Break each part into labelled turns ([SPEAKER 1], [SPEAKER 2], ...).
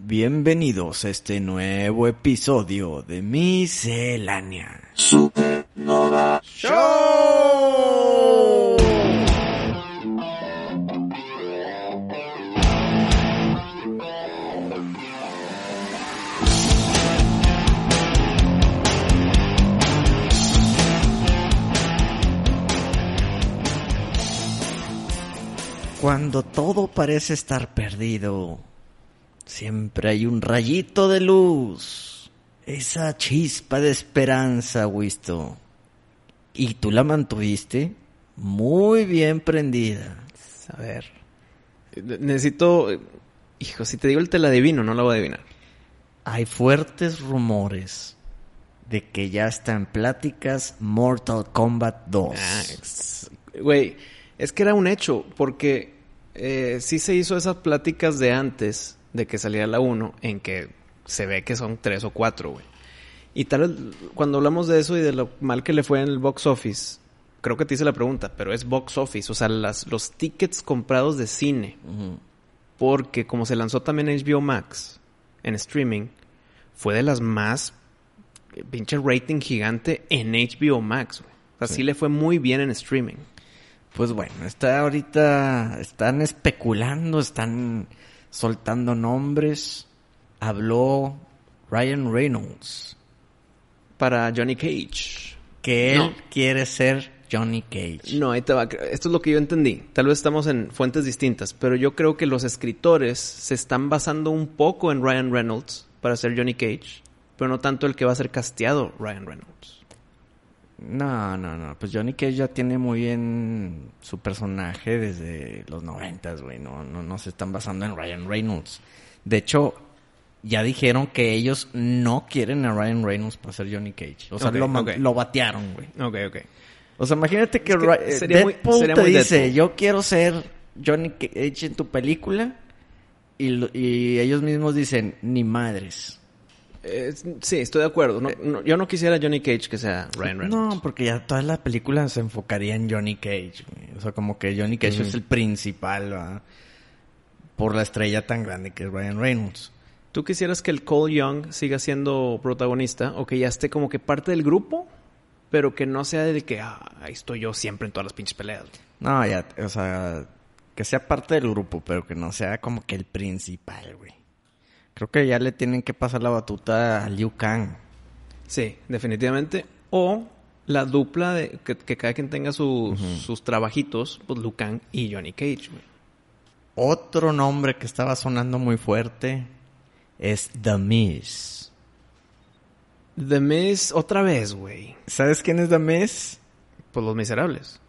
[SPEAKER 1] Bienvenidos a este nuevo episodio de Miscelánea
[SPEAKER 2] Supernova.
[SPEAKER 1] Show. Cuando todo parece estar perdido, siempre hay un rayito de luz. Esa chispa de esperanza, Wisto. Y tú la mantuviste muy bien prendida.
[SPEAKER 3] A ver. Necesito. Hijo, si te digo el te la adivino, no la voy a adivinar.
[SPEAKER 1] Hay fuertes rumores de que ya está en pláticas Mortal Kombat 2.
[SPEAKER 3] Ah, ex- Güey, es que era un hecho, porque eh, sí se hizo esas pláticas de antes de que saliera la 1, en que se ve que son tres o cuatro, güey. Y tal vez cuando hablamos de eso y de lo mal que le fue en el box office, creo que te hice la pregunta, pero es box office, o sea, las, los tickets comprados de cine.
[SPEAKER 1] Ujú.
[SPEAKER 3] Porque como se lanzó también HBO Max en streaming, fue de las más eh, pinche rating gigante en HBO Max. güey. O sea, sí. le fue muy bien en streaming.
[SPEAKER 1] Pues bueno, está ahorita, están especulando, están soltando nombres. Habló Ryan Reynolds,
[SPEAKER 3] Para Johnny Cage.
[SPEAKER 1] que él
[SPEAKER 3] No.
[SPEAKER 1] quiere ser Johnny Cage.
[SPEAKER 3] No, ahí te va. Esto es lo que yo entendí. Tal vez estamos en fuentes distintas, pero yo creo que los escritores se están basando un poco en Ryan Reynolds para ser Johnny Cage, pero no tanto el que va a ser casteado Ryan Reynolds.
[SPEAKER 1] No, no, no, pues Johnny Cage ya tiene muy bien su personaje desde los noventas, güey, no, no, no se están basando en Ryan Reynolds. De hecho, ya dijeron que ellos no quieren a Ryan Reynolds para ser Johnny Cage. O sea,
[SPEAKER 3] Ok,
[SPEAKER 1] lo, man-
[SPEAKER 3] ok.
[SPEAKER 1] lo batearon, güey.
[SPEAKER 3] Ok, ok.
[SPEAKER 1] O sea, imagínate que,
[SPEAKER 3] Es que
[SPEAKER 1] Ra- eh,
[SPEAKER 3] sería muy-
[SPEAKER 1] Deadpool
[SPEAKER 3] sería
[SPEAKER 1] te
[SPEAKER 3] muy
[SPEAKER 1] dice,
[SPEAKER 3] Deadpool.
[SPEAKER 1] yo quiero ser Johnny Cage en tu película. Y, lo- y ellos mismos dicen, ni madres.
[SPEAKER 3] Eh, sí, estoy de acuerdo. No- no, yo no quisiera a Johnny Cage que sea Ryan Reynolds.
[SPEAKER 1] No, porque ya toda la película se enfocaría en Johnny Cage. güey. O sea, como que Johnny Cage es el principal, ¿verdad? Por la estrella tan grande que es Ryan Reynolds.
[SPEAKER 3] ¿Tú quisieras que el Cole Young siga siendo protagonista o que ya esté como que parte del grupo, pero que no sea de que "Ah, ahí estoy yo siempre en todas las pinches peleas?
[SPEAKER 1] No, ya, o sea, que sea parte del grupo, pero que no sea como que el principal, güey. Creo que ya le tienen que pasar la batuta a Liu Kang.
[SPEAKER 3] Sí, definitivamente. O la dupla de que, que cada quien tenga sus, sus trabajitos, pues Lucan y Johnny Cage. güey.
[SPEAKER 1] Otro nombre que estaba sonando muy fuerte es The Miz.
[SPEAKER 3] The Miz otra vez, güey.
[SPEAKER 1] ¿Sabes quién es The Miz?
[SPEAKER 3] Pues Los Miserables.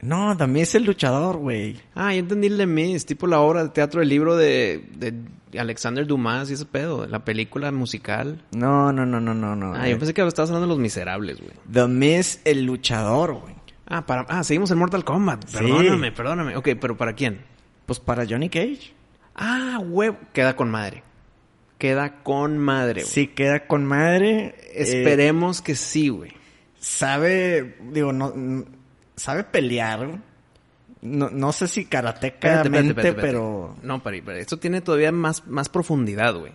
[SPEAKER 1] No, The Miz es el luchador, güey.
[SPEAKER 3] Ah, ya entendí el The Miz, tipo la obra de teatro del libro de, de Alexander Dumas y ese pedo, la película musical.
[SPEAKER 1] No, no, no, no, no, no.
[SPEAKER 3] Ah, yo pensé que estabas hablando de Los Miserables, güey.
[SPEAKER 1] The Miz el luchador, güey.
[SPEAKER 3] Ah, para, ah, seguimos en Mortal Kombat.
[SPEAKER 1] Sí.
[SPEAKER 3] Perdóname, perdóname. Ok, pero ¿para quién?
[SPEAKER 1] Pues para Johnny Cage.
[SPEAKER 3] Ah, huevo. Queda con madre. Queda con madre, güey.
[SPEAKER 1] Sí, queda con madre. eh,
[SPEAKER 3] Esperemos que sí, güey.
[SPEAKER 1] sabe, digo, no, n- sabe pelear. No, no sé si karateca,
[SPEAKER 3] Espérate, espérate, espérate, espérate.
[SPEAKER 1] pero...
[SPEAKER 3] No, pari, pari. Esto tiene todavía más, más profundidad, güey.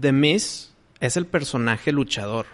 [SPEAKER 3] The Miz es el personaje luchador.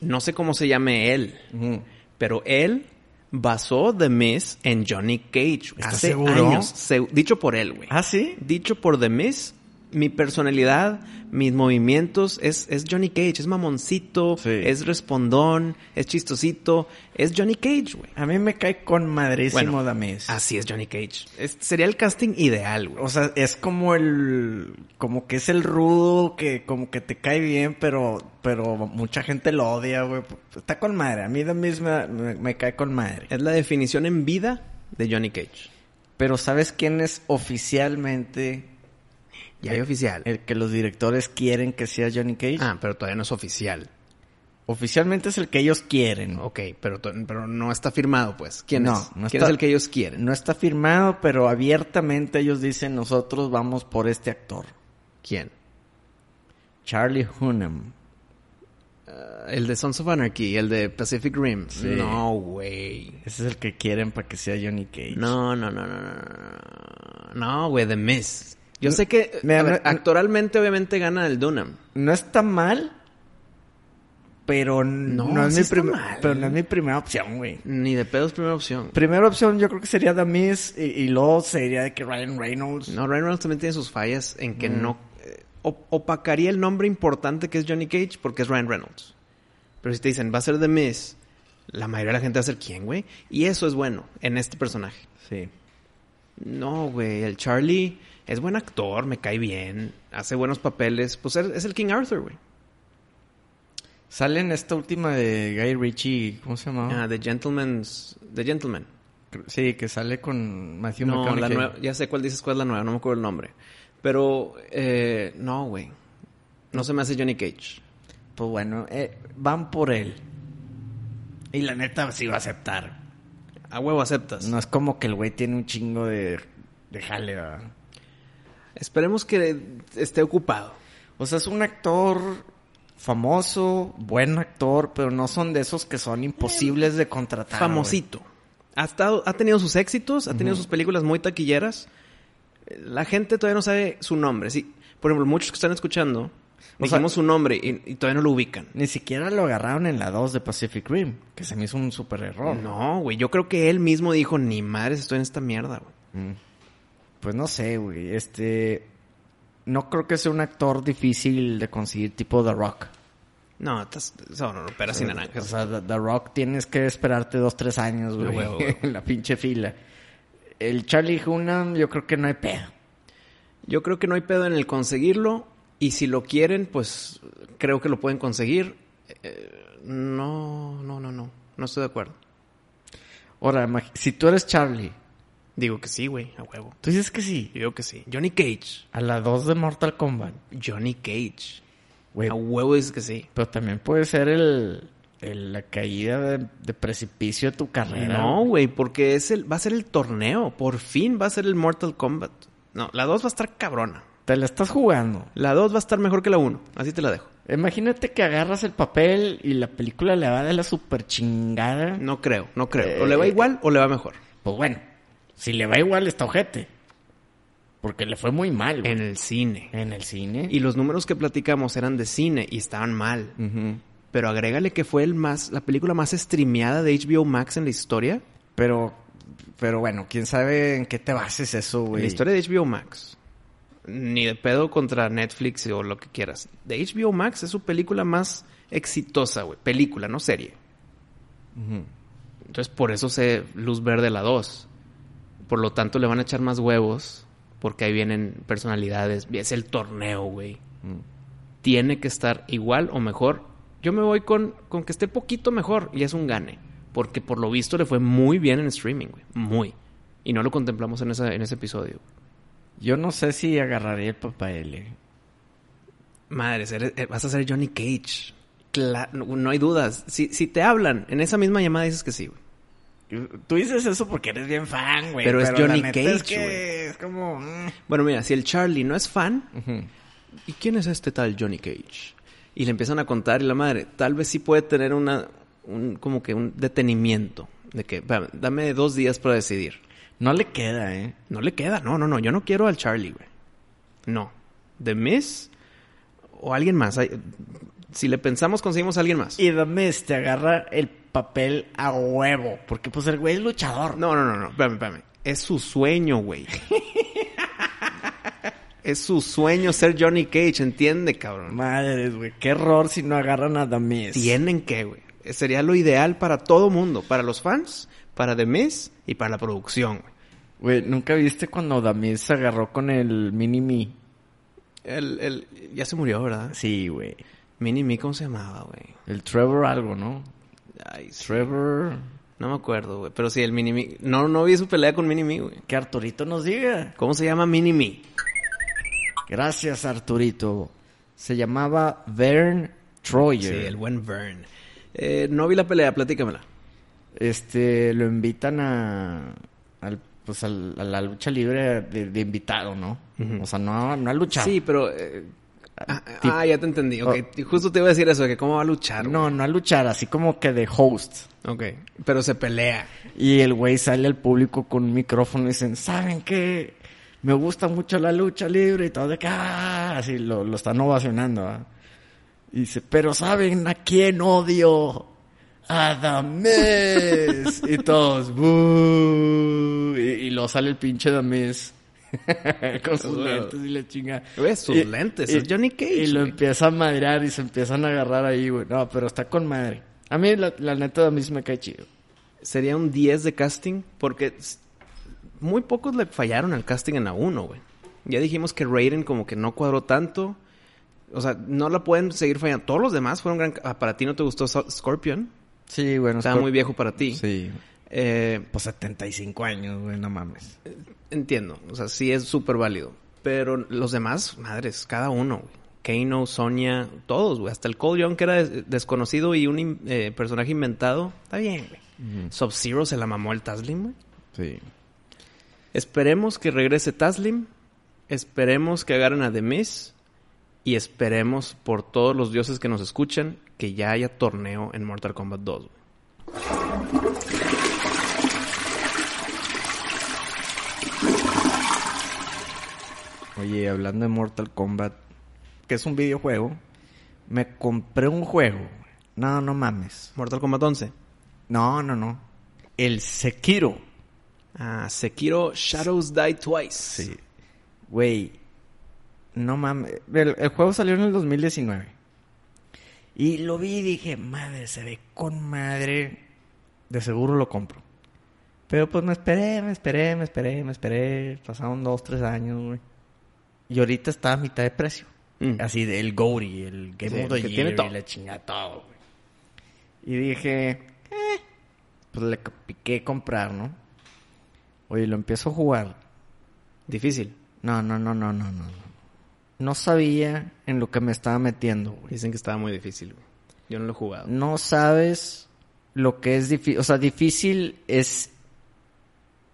[SPEAKER 3] No sé cómo se llame él,
[SPEAKER 1] Ujú.
[SPEAKER 3] pero él basó The Miz en Johnny Cage. güey.
[SPEAKER 1] ¿Estás
[SPEAKER 3] Hace
[SPEAKER 1] seguro?
[SPEAKER 3] años. se- dicho por él, güey.
[SPEAKER 1] ¿Ah, sí?
[SPEAKER 3] Dicho por The Miz, mi personalidad, mis movimientos, es, es Johnny Cage. Es mamoncito,
[SPEAKER 1] Sí.
[SPEAKER 3] es respondón, es chistosito. Es Johnny Cage, güey.
[SPEAKER 1] A mí me cae con madrísimo
[SPEAKER 3] Bueno,
[SPEAKER 1] The Miz.
[SPEAKER 3] Así es Johnny Cage. Es- sería el casting ideal, güey.
[SPEAKER 1] O sea, es como el, como que es el rudo que como que te cae bien, pero, pero mucha gente lo odia, güey. Está con madre. A mí de misma me, me cae con madre.
[SPEAKER 3] Es la definición en vida de Johnny Cage.
[SPEAKER 1] Pero ¿sabes quién es oficialmente
[SPEAKER 3] Ya hay oficial.
[SPEAKER 1] El que los directores quieren que sea Johnny Cage.
[SPEAKER 3] Ah, pero todavía no es oficial.
[SPEAKER 1] Oficialmente es el que ellos quieren.
[SPEAKER 3] Ok, pero, to- pero no está firmado, pues. ¿Quién
[SPEAKER 1] No,
[SPEAKER 3] es?
[SPEAKER 1] no
[SPEAKER 3] ¿Quién
[SPEAKER 1] está-
[SPEAKER 3] es el que ellos quieren?
[SPEAKER 1] No está firmado, pero abiertamente ellos dicen nosotros vamos por este actor.
[SPEAKER 3] ¿Quién?
[SPEAKER 1] Charlie Hunnam.
[SPEAKER 3] Ah, el de Sons of Anarchy, el de Pacific Rim.
[SPEAKER 1] Sí.
[SPEAKER 3] No, güey.
[SPEAKER 1] Ese es el que quieren para que sea Johnny Cage.
[SPEAKER 3] No, no, no, no, no, no. No, güey, The Miss. Yo sé que
[SPEAKER 1] me-
[SPEAKER 3] a ver,
[SPEAKER 1] me-
[SPEAKER 3] actoralmente obviamente gana el Dunham.
[SPEAKER 1] No está mal, pero n-
[SPEAKER 3] No,
[SPEAKER 1] no, es
[SPEAKER 3] sí
[SPEAKER 1] mi
[SPEAKER 3] está
[SPEAKER 1] prim-
[SPEAKER 3] mal.
[SPEAKER 1] pero no es mi primera opción, güey.
[SPEAKER 3] Ni de pedos primera opción.
[SPEAKER 1] Primera opción yo creo que sería The Miz y, y luego sería de que Ryan Reynolds.
[SPEAKER 3] No, Ryan Reynolds también tiene sus fallas en que no... eh, op- opacaría el nombre importante que es Johnny Cage porque es Ryan Reynolds. Pero si te dicen, va a ser The Miss, la mayoría de la gente va a ser quién, güey. Y eso es bueno en este personaje.
[SPEAKER 1] Sí.
[SPEAKER 3] No, güey, el Charlie es buen actor, me cae bien, hace buenos papeles. Pues es es el King Arthur, güey.
[SPEAKER 1] Sale en esta última de Guy Ritchie, ¿cómo se llamaba?
[SPEAKER 3] Ah, The Gentleman's... The Gentleman.
[SPEAKER 1] Cre- Sí, que sale con Matthew
[SPEAKER 3] No, la
[SPEAKER 1] McConaughey.
[SPEAKER 3] nueva, ya sé cuál dices, cuál es la nueva, no me acuerdo el nombre. Pero, eh, no, güey. No se me hace Johnny Cage.
[SPEAKER 1] Pues bueno, eh, van por él. Y la neta pues, sí va a aceptar.
[SPEAKER 3] A huevo aceptas.
[SPEAKER 1] No es como que el güey tiene un chingo de, de jale, ¿verdad?
[SPEAKER 3] Esperemos que esté ocupado.
[SPEAKER 1] O sea, es un actor famoso, buen actor, pero no son de esos que son imposibles de contratar.
[SPEAKER 3] Famosito. Ha, estado- ha tenido sus éxitos, ha tenido sus películas muy taquilleras. La gente todavía no sabe su nombre. Sí, por ejemplo, muchos que están escuchando,
[SPEAKER 1] O sea-
[SPEAKER 3] dijimos su nombre y, y todavía no lo ubican.
[SPEAKER 1] güey. Ni siquiera lo agarraron en la 2 de Pacific Rim, que se me hizo un super error.
[SPEAKER 3] No, güey. Yo creo que él mismo dijo, ni madres, estoy en esta mierda, güey.
[SPEAKER 1] Pues no sé, güey. Este. No creo que sea un actor difícil de conseguir, tipo The Rock.
[SPEAKER 3] No, estás, no, no, no, peras sin
[SPEAKER 1] O
[SPEAKER 3] naranjas.
[SPEAKER 1] sea, The, The Rock tienes que esperarte dos, tres años, güey.
[SPEAKER 3] huevo, güey.
[SPEAKER 1] en la pinche fila. El Charlie Hunnam, yo creo que no hay pedo.
[SPEAKER 3] Yo creo que no hay pedo en el conseguirlo. Y si lo quieren, pues creo que lo pueden conseguir. Eh, no, no, no, no. No estoy de acuerdo.
[SPEAKER 1] Ahora, imag- si tú eres Charlie,
[SPEAKER 3] Digo que sí, güey, a huevo.
[SPEAKER 1] tú dices que sí.
[SPEAKER 3] Yo digo que sí. Johnny Cage.
[SPEAKER 1] A la 2 de Mortal Kombat.
[SPEAKER 3] Johnny Cage.
[SPEAKER 1] Güey,
[SPEAKER 3] A huevo dices que sí.
[SPEAKER 1] pero también puede ser el, el- la caída de, de precipicio de tu carrera.
[SPEAKER 3] No,
[SPEAKER 1] güey.
[SPEAKER 3] güey, porque es el, va a ser el torneo. Por fin va a ser el Mortal Kombat. No, la 2 va a estar cabrona.
[SPEAKER 1] Te la estás jugando.
[SPEAKER 3] La 2 va a estar mejor que la 1. Así te la dejo.
[SPEAKER 1] Imagínate que agarras el papel y la película le va de la super chingada.
[SPEAKER 3] No creo, no creo. O le
[SPEAKER 1] Eh,
[SPEAKER 3] va igual o le va mejor.
[SPEAKER 1] Pues bueno, si le va igual está ojete. Porque le fue muy mal, güey.
[SPEAKER 3] En el cine.
[SPEAKER 1] En el cine.
[SPEAKER 3] Y los números que platicamos eran de cine y estaban mal.
[SPEAKER 1] Ujú.
[SPEAKER 3] Pero agrégale que fue el más, la película más streameada de HBO Max en la historia.
[SPEAKER 1] Pero, pero bueno, quién sabe en qué te bases eso,
[SPEAKER 3] En
[SPEAKER 1] güey.
[SPEAKER 3] la historia de HBO Max. Ni de pedo contra Netflix o lo que quieras. De HBO Max es su película más exitosa, güey. Película, no serie. Entonces por eso se luz verde la 2. Por lo tanto le van a echar más huevos. Porque ahí vienen personalidades. Es el torneo, güey. Tiene que estar igual o mejor. Yo me voy con, con que esté poquito mejor y es un gane. Porque por lo visto le fue muy bien en streaming, güey. Muy. Y no lo contemplamos en, esa, en ese episodio.
[SPEAKER 1] Yo no sé si agarraría el papel. eh.
[SPEAKER 3] Madres, eres- eh, vas a ser Johnny Cage. Cla- no, no hay dudas. Si, si te hablan en esa misma llamada dices que sí, güey.
[SPEAKER 1] Tú dices eso porque eres bien fan, güey.
[SPEAKER 3] Pero es
[SPEAKER 1] la
[SPEAKER 3] Johnny
[SPEAKER 1] neta
[SPEAKER 3] Cage,
[SPEAKER 1] Es
[SPEAKER 3] güey.
[SPEAKER 1] que es como. mm.
[SPEAKER 3] Bueno, mira, si el Charlie no es fan, ¿y quién es este tal Johnny Cage? Y le empiezan a contar y la madre, tal vez sí puede tener una, un, como que un detenimiento de que, "Espérame, dame dos días para decidir.
[SPEAKER 1] No le queda, ¿eh?
[SPEAKER 3] No le queda, no, no, no, yo no quiero al Charlie, güey. No. ¿The Miss? ¿O alguien más? Ay, Si le pensamos, conseguimos a alguien más.
[SPEAKER 1] Y The Miz te agarra el papel a huevo. Porque, pues, el güey es luchador.
[SPEAKER 3] No, no, no, no, espérame, espérame. Es su sueño, güey. es su sueño ser Johnny Cage, entiende, cabrón.
[SPEAKER 1] Madres, güey. Qué error si no agarran a The Miz.
[SPEAKER 3] Tienen que, güey. Sería lo ideal para todo mundo, para los fans, para The Miz y para la producción. güey.
[SPEAKER 1] Güey, ¿nunca viste cuando The Miz se agarró con el Mini Me?
[SPEAKER 3] El, el, ya se murió, ¿verdad?
[SPEAKER 1] Sí, güey.
[SPEAKER 3] Mini Me, ¿cómo se llamaba, güey?
[SPEAKER 1] El Trevor algo, ¿no?
[SPEAKER 3] Ay, sí.
[SPEAKER 1] Trevor...
[SPEAKER 3] No me acuerdo, güey. Pero sí, el Mini Me. No, no vi su pelea con Mini Me, güey.
[SPEAKER 1] Que Arturito nos diga.
[SPEAKER 3] ¿Cómo se llama Mini Me?
[SPEAKER 1] Gracias, Arturito. Se llamaba Vern Troyer.
[SPEAKER 3] Sí, el buen Vern. Eh, no vi la pelea, platícamela.
[SPEAKER 1] Este, lo invitan a, al- pues, al- a la lucha libre de, de invitado, ¿no?
[SPEAKER 3] Ujú.
[SPEAKER 1] O sea, no, no a luchar.
[SPEAKER 3] Sí, pero... eh, ah,
[SPEAKER 1] Tip-
[SPEAKER 3] ah, ya te entendí. Ok, justo te iba a decir eso, que cómo va a luchar.
[SPEAKER 1] No, no a luchar, así como que de host.
[SPEAKER 3] güey. Ok, pero se pelea.
[SPEAKER 1] Y el güey sale al público con un micrófono y dicen, ¿saben qué? Me gusta mucho la lucha libre y todo de que, "Ah", así lo, lo están ovacionando. ¿va? Y dice, pero ¿saben a quién odio? A Dames. y todos, "Bú". Y, y lo sale el pinche Dames. con sus lentes y la chinga.
[SPEAKER 3] Güey, sus
[SPEAKER 1] Y-
[SPEAKER 3] lentes, es Johnny Cage,
[SPEAKER 1] Y lo
[SPEAKER 3] güey.
[SPEAKER 1] empieza a madrear y se empiezan a agarrar ahí, güey. No, pero está con madre. A mí, la, la neta, Dames me cae chido.
[SPEAKER 3] Sería un 10 de casting porque s- muy pocos le fallaron al casting en la 1, güey. Ya dijimos que Raiden como que no cuadró tanto. O sea, no la pueden seguir fallando. Todos los demás fueron gran... ah, para ti no te gustó So- Scorpion.
[SPEAKER 1] Sí, bueno.
[SPEAKER 3] Estaba
[SPEAKER 1] Scor-
[SPEAKER 3] muy viejo para ti.
[SPEAKER 1] Sí.
[SPEAKER 3] Eh,
[SPEAKER 1] Pues 75 años, güey, no mames.
[SPEAKER 3] Entiendo, o sea, sí es súper válido. Pero los demás, madres, cada uno, güey. Kano, Sonia, todos, güey. Hasta el Cole Young, que era des- desconocido y un in- eh, personaje inventado, está bien, güey. Sub-Zero se la mamó el Taslim, güey.
[SPEAKER 1] Sí.
[SPEAKER 3] Esperemos que regrese Taslim. Esperemos que agarren a The Miz. Y esperemos por todos los dioses que nos escuchan que ya haya torneo en Mortal Kombat 2. güey.
[SPEAKER 1] Oye, hablando de Mortal Kombat, que es un videojuego, me compré un juego. No, no mames.
[SPEAKER 3] Mortal Kombat 11.
[SPEAKER 1] No, no, no. El Sekiro.
[SPEAKER 3] Ah, Sekiro Shadows Die Twice.
[SPEAKER 1] Güey, no mames. El, el juego salió en el 2019. Y lo vi y dije, madre, se ve con madre. De seguro lo compro. Pero pues me esperé, me esperé, me esperé, me esperé. Pasaron dos, tres años, güey. Y ahorita está a mitad de precio.
[SPEAKER 3] Mm.
[SPEAKER 1] Así del Gory, el Game
[SPEAKER 3] Sí,
[SPEAKER 1] of the
[SPEAKER 3] que tiene
[SPEAKER 1] Year
[SPEAKER 3] todo.
[SPEAKER 1] y la chingada todo, güey. Y dije, "Eh, pues le co- piqué comprar, ¿no? Oye, lo empiezo a jugar.
[SPEAKER 3] Difícil.
[SPEAKER 1] No, no, no, no, no, no. no. No sabía en lo que me estaba metiendo, güey.
[SPEAKER 3] Dicen que estaba muy difícil, güey. Yo no lo he jugado.
[SPEAKER 1] No sabes lo que es difícil. O sea, difícil es.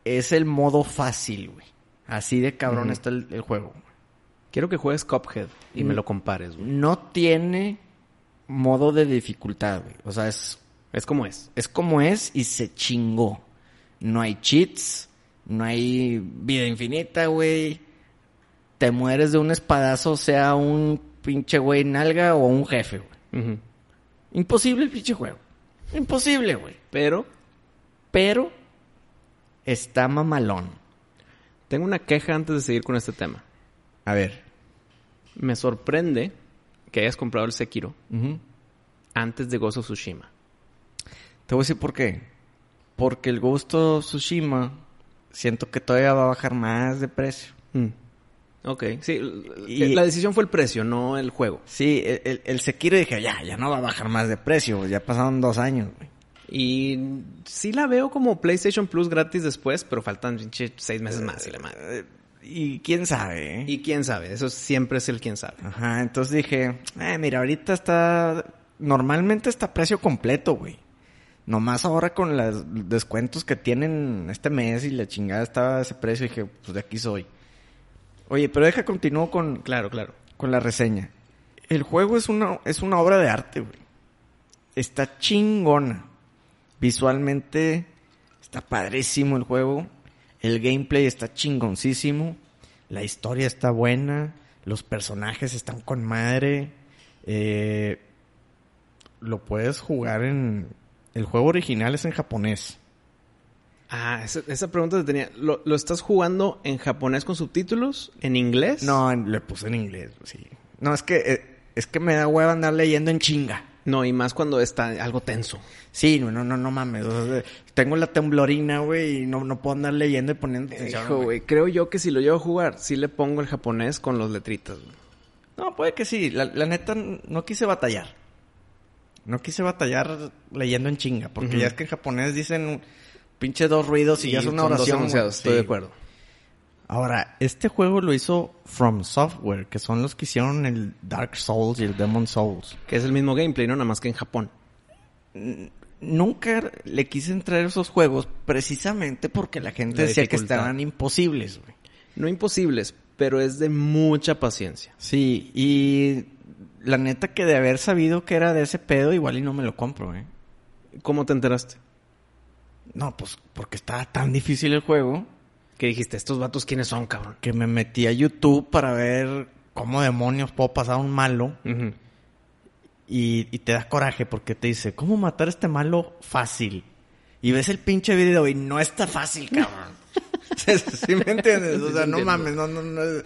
[SPEAKER 1] Es el modo fácil, güey. Así de cabrón
[SPEAKER 3] Ujú.
[SPEAKER 1] está el, el juego.
[SPEAKER 3] Quiero que juegues Cuphead y
[SPEAKER 1] Mm.
[SPEAKER 3] me lo compares, güey.
[SPEAKER 1] No tiene modo de dificultad, güey. O sea, es,
[SPEAKER 3] Es como es.
[SPEAKER 1] es como es y se chingó. No hay cheats. No hay vida infinita, güey. Te mueres de un espadazo, sea un pinche güey nalga o un jefe, güey.
[SPEAKER 3] Ujú.
[SPEAKER 1] Imposible el pinche juego. Imposible, güey.
[SPEAKER 3] Pero
[SPEAKER 1] Pero está mamalón.
[SPEAKER 3] tengo una queja antes de seguir con este tema.
[SPEAKER 1] A ver.
[SPEAKER 3] Me sorprende que hayas comprado el Sekiro antes de Gozo Tsushima.
[SPEAKER 1] Te voy a decir por qué. Porque el gusto Tsushima siento que todavía va a bajar más de precio.
[SPEAKER 3] Mm. Ok, sí. l-
[SPEAKER 1] Y-
[SPEAKER 3] La decisión fue el precio, no el juego.
[SPEAKER 1] Sí, el, el, el Sekiro dije, ya, ya no va a bajar más de precio. güey. Ya pasaron dos años, güey.
[SPEAKER 3] Y sí la veo como PlayStation Plus gratis después, pero faltan pinche seis meses más y la madre.
[SPEAKER 1] Eh, Y quién sabe, ¿eh?
[SPEAKER 3] Y quién sabe, eso siempre es el quién sabe.
[SPEAKER 1] Ajá, entonces dije, "Eh, mira, ahorita está, normalmente está a precio completo, güey. Nomás ahora con los descuentos que tienen este mes y la chingada estaba a ese precio, dije, pues de aquí soy. Oye, pero deja continúo con,
[SPEAKER 3] Claro, claro.
[SPEAKER 1] con la reseña. El juego es una, es una obra de arte, güey. Está chingona. Visualmente está padrísimo el juego. El gameplay está chingoncísimo. La historia está buena. Los personajes están con madre. Eh, lo puedes jugar en... El juego original es en japonés.
[SPEAKER 3] Ah, esa, esa pregunta te tenía. ¿Lo, lo estás jugando en japonés con subtítulos? ¿En inglés?
[SPEAKER 1] No, en- le puse en inglés, sí. No, es que, eh, es que me da hueva andar leyendo en chinga.
[SPEAKER 3] No, y más cuando está algo tenso.
[SPEAKER 1] Sí, no, no, no, no mames. o sea, tengo la temblorina, güey, y no, no puedo andar leyendo y poniendo atención.
[SPEAKER 3] Hijo, güey, creo yo que si lo llevo a jugar, sí le pongo el japonés con los letritas. güey.
[SPEAKER 1] No, puede que sí. La, la neta, no quise batallar. No quise batallar leyendo en chinga, porque
[SPEAKER 3] Ujú.
[SPEAKER 1] ya es que en japonés dicen pinche dos ruidos y, ya es una
[SPEAKER 3] son dos
[SPEAKER 1] oración. güey.
[SPEAKER 3] enunciados, estoy
[SPEAKER 1] Sí.
[SPEAKER 3] de acuerdo.
[SPEAKER 1] Ahora, este juego lo hizo From Software, que son los que hicieron el Dark Souls y el Demon Souls.
[SPEAKER 3] Que es el mismo gameplay, ¿no? Nada más que en Japón.
[SPEAKER 1] Nunca le quise entrar a esos juegos precisamente porque la gente
[SPEAKER 3] La
[SPEAKER 1] decía que
[SPEAKER 3] dificultad.
[SPEAKER 1] estaban imposibles, güey.
[SPEAKER 3] No imposibles, pero es de mucha paciencia.
[SPEAKER 1] Sí, y la neta que de haber sabido que era de ese pedo, igual y no me lo compro, ¿eh?
[SPEAKER 3] ¿Cómo te enteraste?
[SPEAKER 1] No, pues porque estaba tan difícil el juego
[SPEAKER 3] Que dijiste, estos vatos quiénes son, cabrón.
[SPEAKER 1] que me metí a YouTube para ver cómo demonios puedo pasar a un malo.
[SPEAKER 3] Ujú.
[SPEAKER 1] Y, y te da coraje porque te dice, ¿cómo matar a este malo fácil? Y ves el pinche video y no está fácil, cabrón. ¿Sí me entiendes?
[SPEAKER 3] Sí,
[SPEAKER 1] O
[SPEAKER 3] sí
[SPEAKER 1] sea, no
[SPEAKER 3] entiendo.
[SPEAKER 1] mames, no, no, no. es-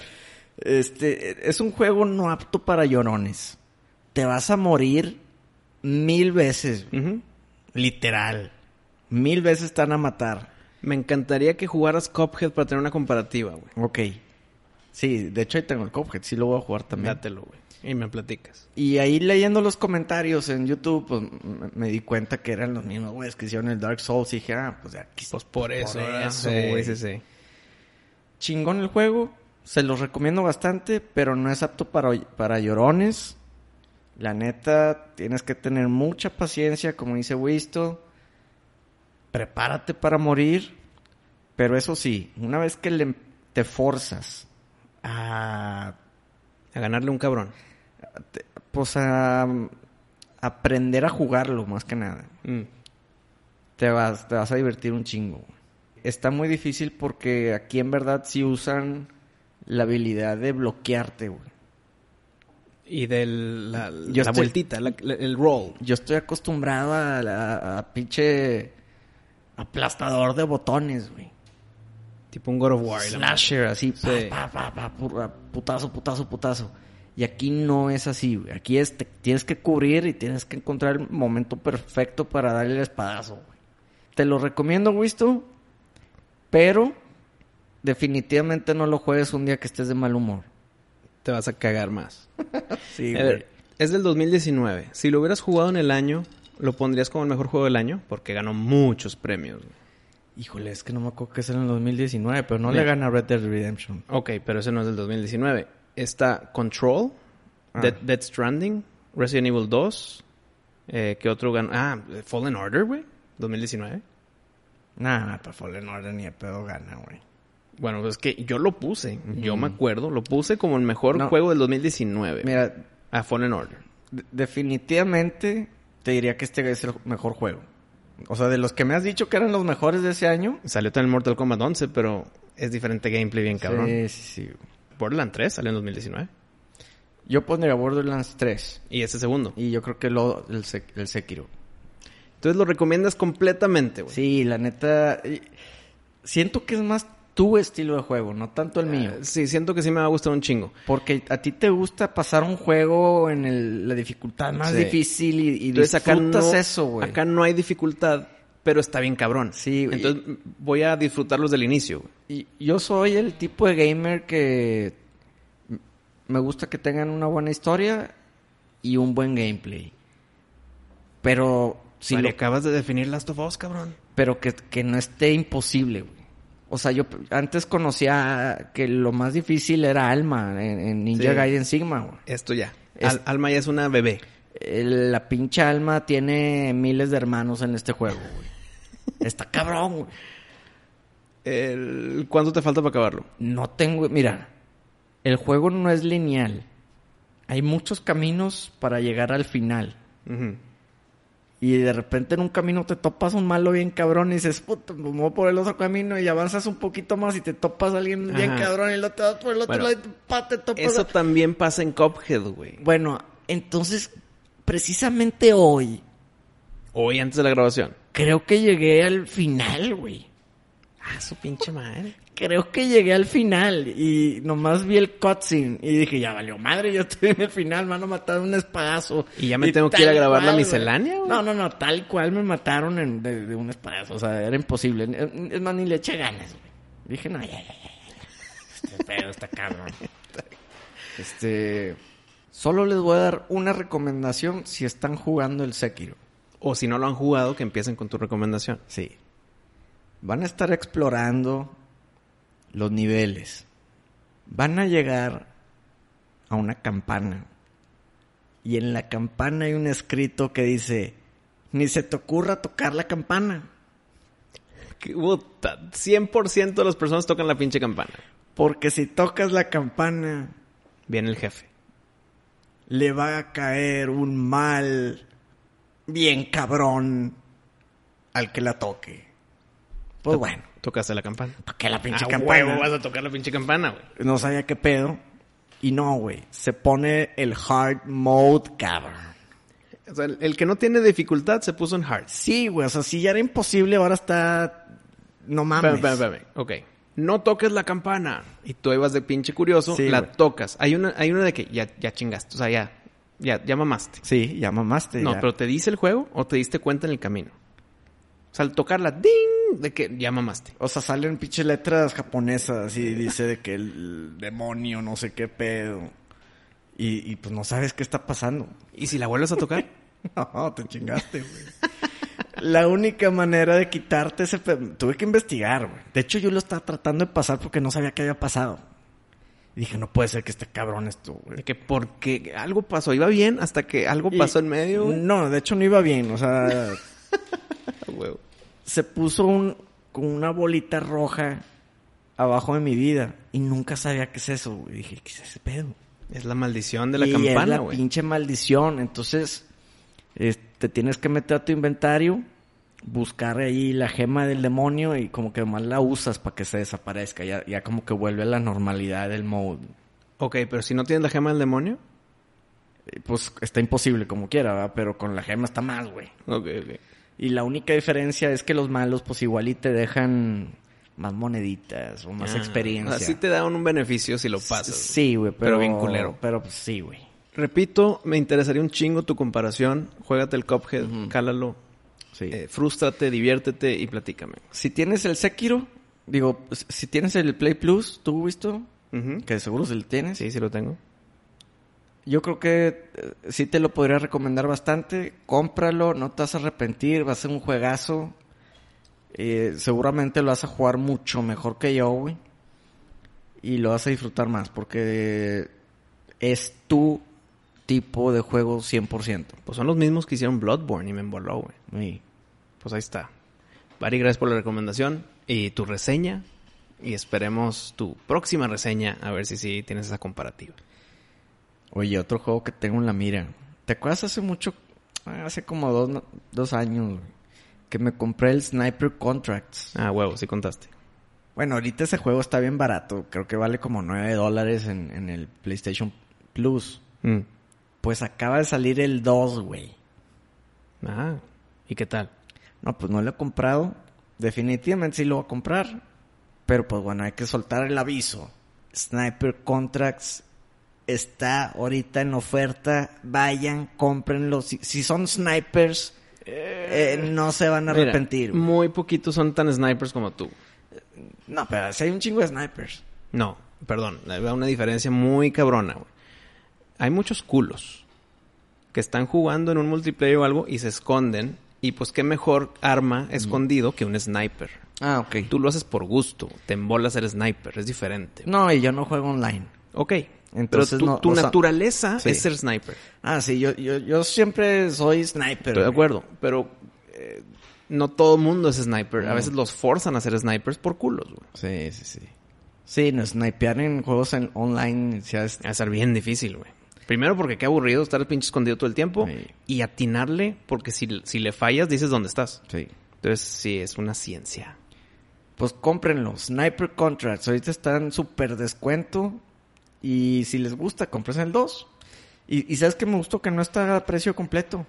[SPEAKER 1] Este, es un juego no apto para llorones. Te vas a morir mil veces, güey.
[SPEAKER 3] Ujú.
[SPEAKER 1] literal. Mil veces te van a matar.
[SPEAKER 3] Me encantaría que jugaras Cuphead para tener una comparativa, güey.
[SPEAKER 1] Ok. Sí, de hecho ahí tengo el Cuphead, sí lo voy a jugar también.
[SPEAKER 3] Dátelo, güey. Y me platicas.
[SPEAKER 1] Y ahí leyendo los comentarios en YouTube, pues m- me di cuenta que eran los mismos güeyes que hicieron el Dark Souls. Y dije, ah, pues aquí
[SPEAKER 3] Pues por eso, ¿verdad?
[SPEAKER 1] eso,
[SPEAKER 3] Sí,
[SPEAKER 1] güey.
[SPEAKER 3] sí, sí.
[SPEAKER 1] Chingón el juego, se los recomiendo bastante, pero no es apto para, para llorones. La neta, tienes que tener mucha paciencia, como dice Wisto. Prepárate para morir. Pero eso sí, una vez que le- em, te forzas a
[SPEAKER 3] A ganarle un cabrón.
[SPEAKER 1] te- pues a aprender a jugarlo más que nada.
[SPEAKER 3] Mm.
[SPEAKER 1] Te vas, te vas a divertir un chingo. Está muy difícil porque aquí en verdad sí usan la habilidad de bloquearte, güey.
[SPEAKER 3] Y de la,
[SPEAKER 1] Yo
[SPEAKER 3] la
[SPEAKER 1] estoy-
[SPEAKER 3] vueltita, la- la- el roll.
[SPEAKER 1] Yo estoy acostumbrado a, la- a pinche aplastador de botones, güey.
[SPEAKER 3] Tipo un God of War. la madre.
[SPEAKER 1] Slasher, así, pa,
[SPEAKER 3] Sí.
[SPEAKER 1] pa, pa, pa, pura- putazo, putazo, putazo. Y aquí no es así, güey. Aquí es, te- tienes que cubrir y tienes que encontrar el momento perfecto para darle el espadazo, güey. Te lo recomiendo, Wisto, pero definitivamente no lo juegues un día que estés de mal humor.
[SPEAKER 3] Te vas a cagar más.
[SPEAKER 1] Sí,
[SPEAKER 3] A ver, es del 2019. Si lo hubieras jugado en el año, ¿lo pondrías como el mejor juego del año? Porque ganó muchos premios. güey.
[SPEAKER 1] Híjole, es que no me acuerdo que es en el 2019, pero no
[SPEAKER 3] Mira.
[SPEAKER 1] le gana Red Dead Redemption.
[SPEAKER 3] Ok, pero ese no es del 2019. Está Control,
[SPEAKER 1] Ah.
[SPEAKER 3] Dead, Dead Stranding, Resident Evil 2. Eh, ¿Qué otro ganó? Ah, Fallen Order, güey. 2019.
[SPEAKER 1] Nah, nah, pero Fallen Order ni de pedo gana, güey.
[SPEAKER 3] Bueno, pues es que yo lo puse. Yo me acuerdo. Lo puse como el mejor
[SPEAKER 1] No.
[SPEAKER 3] juego del 2019.
[SPEAKER 1] Mira,
[SPEAKER 3] A Fallen Order.
[SPEAKER 1] De- definitivamente te diría que este es el mejor juego. O sea, de los que me has dicho que eran los mejores de ese año.
[SPEAKER 3] Salió también Mortal Kombat 11, pero es diferente gameplay bien cabrón.
[SPEAKER 1] Sí, sí, sí.
[SPEAKER 3] Borderlands 3 salió en 2019.
[SPEAKER 1] Yo pondría Borderlands 3.
[SPEAKER 3] Y ese segundo.
[SPEAKER 1] Y yo creo que lo- el, Sek- el Sekiro.
[SPEAKER 3] Entonces lo recomiendas completamente, güey.
[SPEAKER 1] Sí, la neta. y- Siento que es más tu estilo de juego, no tanto el mío.
[SPEAKER 3] Ah, Sí, siento que sí me va a gustar un chingo.
[SPEAKER 1] Porque a ti te gusta pasar un juego en el- la dificultad más
[SPEAKER 3] Sí.
[SPEAKER 1] difícil y, y
[SPEAKER 3] Entonces acá
[SPEAKER 1] disfrutas
[SPEAKER 3] no,
[SPEAKER 1] eso, güey.
[SPEAKER 3] Acá no hay dificultad, pero está bien cabrón.
[SPEAKER 1] Sí, güey.
[SPEAKER 3] Entonces m- voy a disfrutarlos del inicio. güey.
[SPEAKER 1] Y yo soy el tipo de gamer que m- me gusta que tengan una buena historia y un buen gameplay. Pero si
[SPEAKER 3] Vale,
[SPEAKER 1] lo-
[SPEAKER 3] acabas de definir Last of Us, cabrón.
[SPEAKER 1] pero que, que no esté imposible, güey. O sea, yo p- antes conocía que lo más difícil era Alma en, en Ninja
[SPEAKER 3] Sí.
[SPEAKER 1] Gaiden Sigma, güey.
[SPEAKER 3] Esto ya.
[SPEAKER 1] Es-
[SPEAKER 3] Al- Alma ya es una bebé.
[SPEAKER 1] El- La pinche Alma tiene miles de hermanos en este juego, güey. Está cabrón, güey.
[SPEAKER 3] El- ¿Cuánto te falta para acabarlo?
[SPEAKER 1] No tengo. Mira, el juego no es lineal. Hay muchos caminos para llegar al final.
[SPEAKER 3] Ujú.
[SPEAKER 1] Y de repente en un camino te topas un malo bien cabrón y dices, puta, me voy por el otro camino y avanzas un poquito más y te topas a alguien bien
[SPEAKER 3] Ajá.
[SPEAKER 1] cabrón y lo te vas por el otro
[SPEAKER 3] Bueno,
[SPEAKER 1] lado y te, pa, te topas.
[SPEAKER 3] Eso
[SPEAKER 1] a-
[SPEAKER 3] también pasa en Cuphead, güey.
[SPEAKER 1] Bueno, entonces, precisamente hoy,
[SPEAKER 3] Hoy antes de la grabación.
[SPEAKER 1] creo que llegué al final, güey.
[SPEAKER 3] Ah, su pinche madre.
[SPEAKER 1] Creo que llegué al final y nomás vi el cutscene y dije, ya valió madre, yo estoy en el final, me han matado un espadazo.
[SPEAKER 3] ¿Y ya me tengo que ir a
[SPEAKER 1] tal
[SPEAKER 3] grabar la
[SPEAKER 1] güey.
[SPEAKER 3] miscelánea, güey?
[SPEAKER 1] No, no, no, tal cual me mataron en- de, de un espadazo, o sea, era imposible. Eh, Es más, ni le eché ganas, güey. Dije, no, ya, ya, ya, ya. Este pedo está cabrón. Este... Solo les voy a dar una recomendación si están jugando el Sekiro.
[SPEAKER 3] O si no lo han jugado, que empiecen con tu recomendación.
[SPEAKER 1] Sí. Van a estar explorando los niveles, van a llegar a una campana. Y en la campana hay un escrito que dice, ni se te ocurra tocar la campana.
[SPEAKER 3] Que, puta, 100% de las personas tocan la pinche campana.
[SPEAKER 1] Porque si tocas la campana,
[SPEAKER 3] Viene el jefe.
[SPEAKER 1] le va a caer un mal bien cabrón al que la toque. Pues
[SPEAKER 3] To-
[SPEAKER 1] bueno,
[SPEAKER 3] Tocaste la campana.
[SPEAKER 1] toqué la pinche
[SPEAKER 3] Ah,
[SPEAKER 1] campana.
[SPEAKER 3] huevo, vas a tocar la pinche campana, güey.
[SPEAKER 1] No sabía qué pedo. Y no, güey. Se pone el hard mode, cabrón.
[SPEAKER 3] O sea, el, el que no tiene dificultad se puso en hard.
[SPEAKER 1] Sí, güey. O sea, si ya era imposible, ahora está. No mames.
[SPEAKER 3] Espérame, espérame, espérame. Ok. No toques la campana. Y tú ahí vas de pinche curioso,
[SPEAKER 1] Sí,
[SPEAKER 3] la
[SPEAKER 1] güey.
[SPEAKER 3] tocas. Hay una, hay una de que ya, ya chingaste. O sea, ya, ya, ya mamaste.
[SPEAKER 1] Sí, ya mamaste.
[SPEAKER 3] no,
[SPEAKER 1] ya.
[SPEAKER 3] pero ¿te dice el juego o te diste cuenta en el camino? O sea, al tocarla, ding, de que ya mamaste.
[SPEAKER 1] O sea, salen pinches letras japonesas y dice de que el demonio, no sé qué pedo. Y, y pues no sabes qué está pasando.
[SPEAKER 3] ¿Y si la vuelves a tocar?
[SPEAKER 1] No, te chingaste, güey. La única manera de quitarte ese... pe- Tuve que investigar, güey. De hecho, yo lo estaba tratando de pasar porque no sabía qué había pasado. Y dije, no puede ser que esté cabrón esto, güey.
[SPEAKER 3] de que porque algo pasó. Iba bien hasta que algo pasó en medio. güey.
[SPEAKER 1] No, de hecho no iba bien. O sea,
[SPEAKER 3] Ah, huevo.
[SPEAKER 1] se puso un, con una bolita roja abajo de mi vida. Y nunca sabía qué es eso, güey. Dije, ¿qué es ese pedo?
[SPEAKER 3] Es la maldición de la
[SPEAKER 1] Y es
[SPEAKER 3] campana,
[SPEAKER 1] la
[SPEAKER 3] güey.
[SPEAKER 1] pinche maldición. Entonces, es- te tienes que meter a tu inventario, buscar ahí la gema del demonio y como que más la usas para que se desaparezca. Ya, ya como que vuelve a la normalidad del mode.
[SPEAKER 3] Ok, pero si no tienes la gema del demonio.
[SPEAKER 1] Eh, Pues está imposible como quiera, ¿verdad? Pero con la gema está más, güey.
[SPEAKER 3] Ok, ok.
[SPEAKER 1] Y la única diferencia es que los malos, pues igual y te dejan más moneditas o más
[SPEAKER 3] Ah,
[SPEAKER 1] experiencia.
[SPEAKER 3] Así te dan un beneficio si lo pasas. güey.
[SPEAKER 1] Sí, güey, pero,
[SPEAKER 3] Pero bien culero.
[SPEAKER 1] Pero pues sí, güey.
[SPEAKER 3] Repito, me interesaría un chingo tu comparación. Juégate el Cuphead, cálalo,
[SPEAKER 1] Sí.
[SPEAKER 3] eh, frústrate, diviértete y platícame.
[SPEAKER 1] Si tienes el Sekiro, digo, s- si tienes el Play Plus, ¿tú visto? Que de seguro si lo tienes.
[SPEAKER 3] Sí, sí lo tengo.
[SPEAKER 1] Yo creo que eh, sí te lo podría recomendar bastante. Cómpralo, no te vas a arrepentir, va a ser un juegazo. Eh, seguramente lo vas a jugar mucho mejor que yo, güey. Y lo vas a disfrutar más, porque es tu tipo de juego 100%.
[SPEAKER 3] Pues son los mismos que hicieron Bloodborne y me emboló, güey.
[SPEAKER 1] Sí.
[SPEAKER 3] Pues ahí está. Bari, gracias por la recomendación y tu reseña. Y esperemos tu próxima reseña, a ver si sí tienes esa comparativa.
[SPEAKER 1] Oye, otro juego que tengo en la mira. ¿Te acuerdas hace mucho, ah, hace como dos, dos años, güey, que me compré el Sniper Contracts?
[SPEAKER 3] Ah, huevo, sí contaste.
[SPEAKER 1] Bueno, ahorita ese juego está bien barato. Creo que vale como 9 dólares en, en el PlayStation Plus.
[SPEAKER 3] Mm.
[SPEAKER 1] Pues acaba de salir el 2, güey.
[SPEAKER 3] Ah, ¿y qué tal?
[SPEAKER 1] No, pues no lo he comprado. Definitivamente sí lo voy a comprar. Pero pues bueno, hay que soltar el aviso. Sniper Contracts está ahorita en oferta. Vayan, cómprenlo. Si, si son snipers, eh, no se van a
[SPEAKER 3] Mira,
[SPEAKER 1] arrepentir. güey.
[SPEAKER 3] muy poquitos son tan snipers como tú.
[SPEAKER 1] no, pero si hay un chingo de snipers.
[SPEAKER 3] No, perdón, hay una diferencia muy cabrona, güey. Hay muchos culos que están jugando en un multiplayer o algo y se esconden. Y pues qué mejor arma escondido que un sniper.
[SPEAKER 1] Ah, ok.
[SPEAKER 3] Tú lo haces por gusto, te embolas ser sniper, es diferente.
[SPEAKER 1] No, y yo no juego online.
[SPEAKER 3] Ok,
[SPEAKER 1] Entonces
[SPEAKER 3] pero tu,
[SPEAKER 1] no,
[SPEAKER 3] tu
[SPEAKER 1] o sea,
[SPEAKER 3] naturaleza
[SPEAKER 1] sí.
[SPEAKER 3] es ser sniper.
[SPEAKER 1] Ah, sí, yo, yo, yo siempre soy sniper.
[SPEAKER 3] Estoy de
[SPEAKER 1] güey.
[SPEAKER 3] acuerdo, pero eh, no todo el mundo es sniper. A
[SPEAKER 1] No.
[SPEAKER 3] veces los forzan a ser snipers por culos, güey.
[SPEAKER 1] Sí, sí, sí. Sí, no, snipear en juegos en online se ha de
[SPEAKER 3] Va a ser bien difícil, güey. Primero porque qué aburrido estar pinche escondido todo el tiempo
[SPEAKER 1] Sí.
[SPEAKER 3] y atinarle porque si, si le fallas dices dónde estás.
[SPEAKER 1] Sí.
[SPEAKER 3] Entonces sí, es una ciencia.
[SPEAKER 1] Pues cómprenlo. Sniper Contracts. Ahorita están súper descuento. Y si les gusta, compren el 2. Y, y sabes que me gustó que no está a precio completo.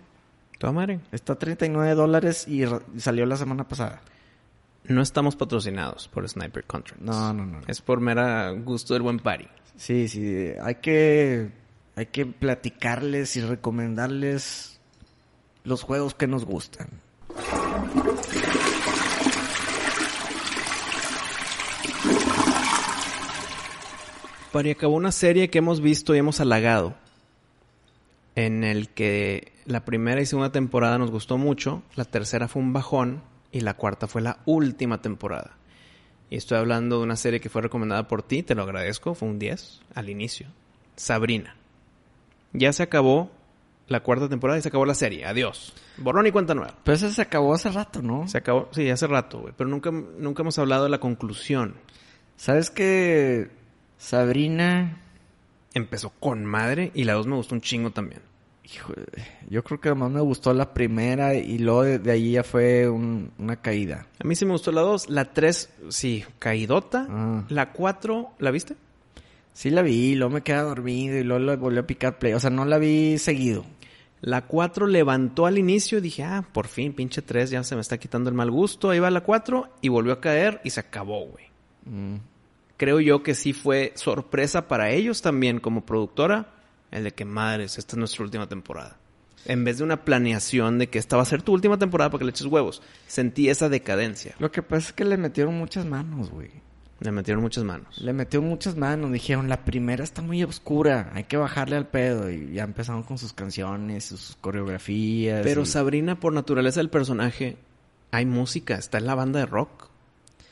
[SPEAKER 3] Toda madre.
[SPEAKER 1] Está a 39 dólares y, ra- y salió la semana pasada.
[SPEAKER 3] No estamos patrocinados por Sniper Contracts.
[SPEAKER 1] No, no, no.
[SPEAKER 3] Es por mera gusto del buen party.
[SPEAKER 1] Sí, sí. Hay que, hay que platicarles y recomendarles los juegos que nos gustan.
[SPEAKER 3] Pari, acabó una serie que hemos visto y hemos halagado. En el que la primera y segunda temporada nos gustó mucho, la tercera fue un bajón y la cuarta fue la última temporada. Y estoy hablando de una serie que fue recomendada por ti, te lo agradezco, fue un 10 al inicio. Sabrina. Ya se acabó la cuarta temporada y se acabó la serie. Adiós. Borrón y cuenta nueva.
[SPEAKER 1] Pero eso se acabó hace rato, ¿no?
[SPEAKER 3] Se acabó, sí, hace rato, güey. Pero nunca, nunca hemos hablado de la conclusión.
[SPEAKER 1] ¿Sabes que Sabrina...
[SPEAKER 3] Empezó con madre y la dos me gustó un chingo también.
[SPEAKER 1] hijo, yo creo que más me gustó la primera y luego de, de ahí ya fue un- una caída.
[SPEAKER 3] A mí sí me gustó la 2. La 3, sí, caidota.
[SPEAKER 1] Ah.
[SPEAKER 3] La 4, ¿la viste?
[SPEAKER 1] Sí la vi, luego me quedé dormido y luego le volví a picar play. O sea, no la vi seguido.
[SPEAKER 3] La 4 levantó al inicio y dije, ah, por fin, pinche 3, ya se me está quitando el mal gusto. Ahí va la 4 y volvió a caer y se acabó, güey.
[SPEAKER 1] Mm.
[SPEAKER 3] Creo yo que sí fue sorpresa para ellos también como productora el de que, madres, esta es nuestra última temporada. En vez de una planeación de que esta va a ser tu última temporada para que le eches huevos. Sentí esa decadencia.
[SPEAKER 1] Lo que pasa es que le metieron muchas manos, güey.
[SPEAKER 3] Le metieron muchas manos.
[SPEAKER 1] Le metieron muchas manos. Dijeron, la primera está muy oscura, hay que bajarle al pedo. Y ya empezaron con sus canciones, sus coreografías.
[SPEAKER 3] Pero
[SPEAKER 1] y-
[SPEAKER 3] Sabrina, por naturaleza del personaje, hay música, está en la banda de rock.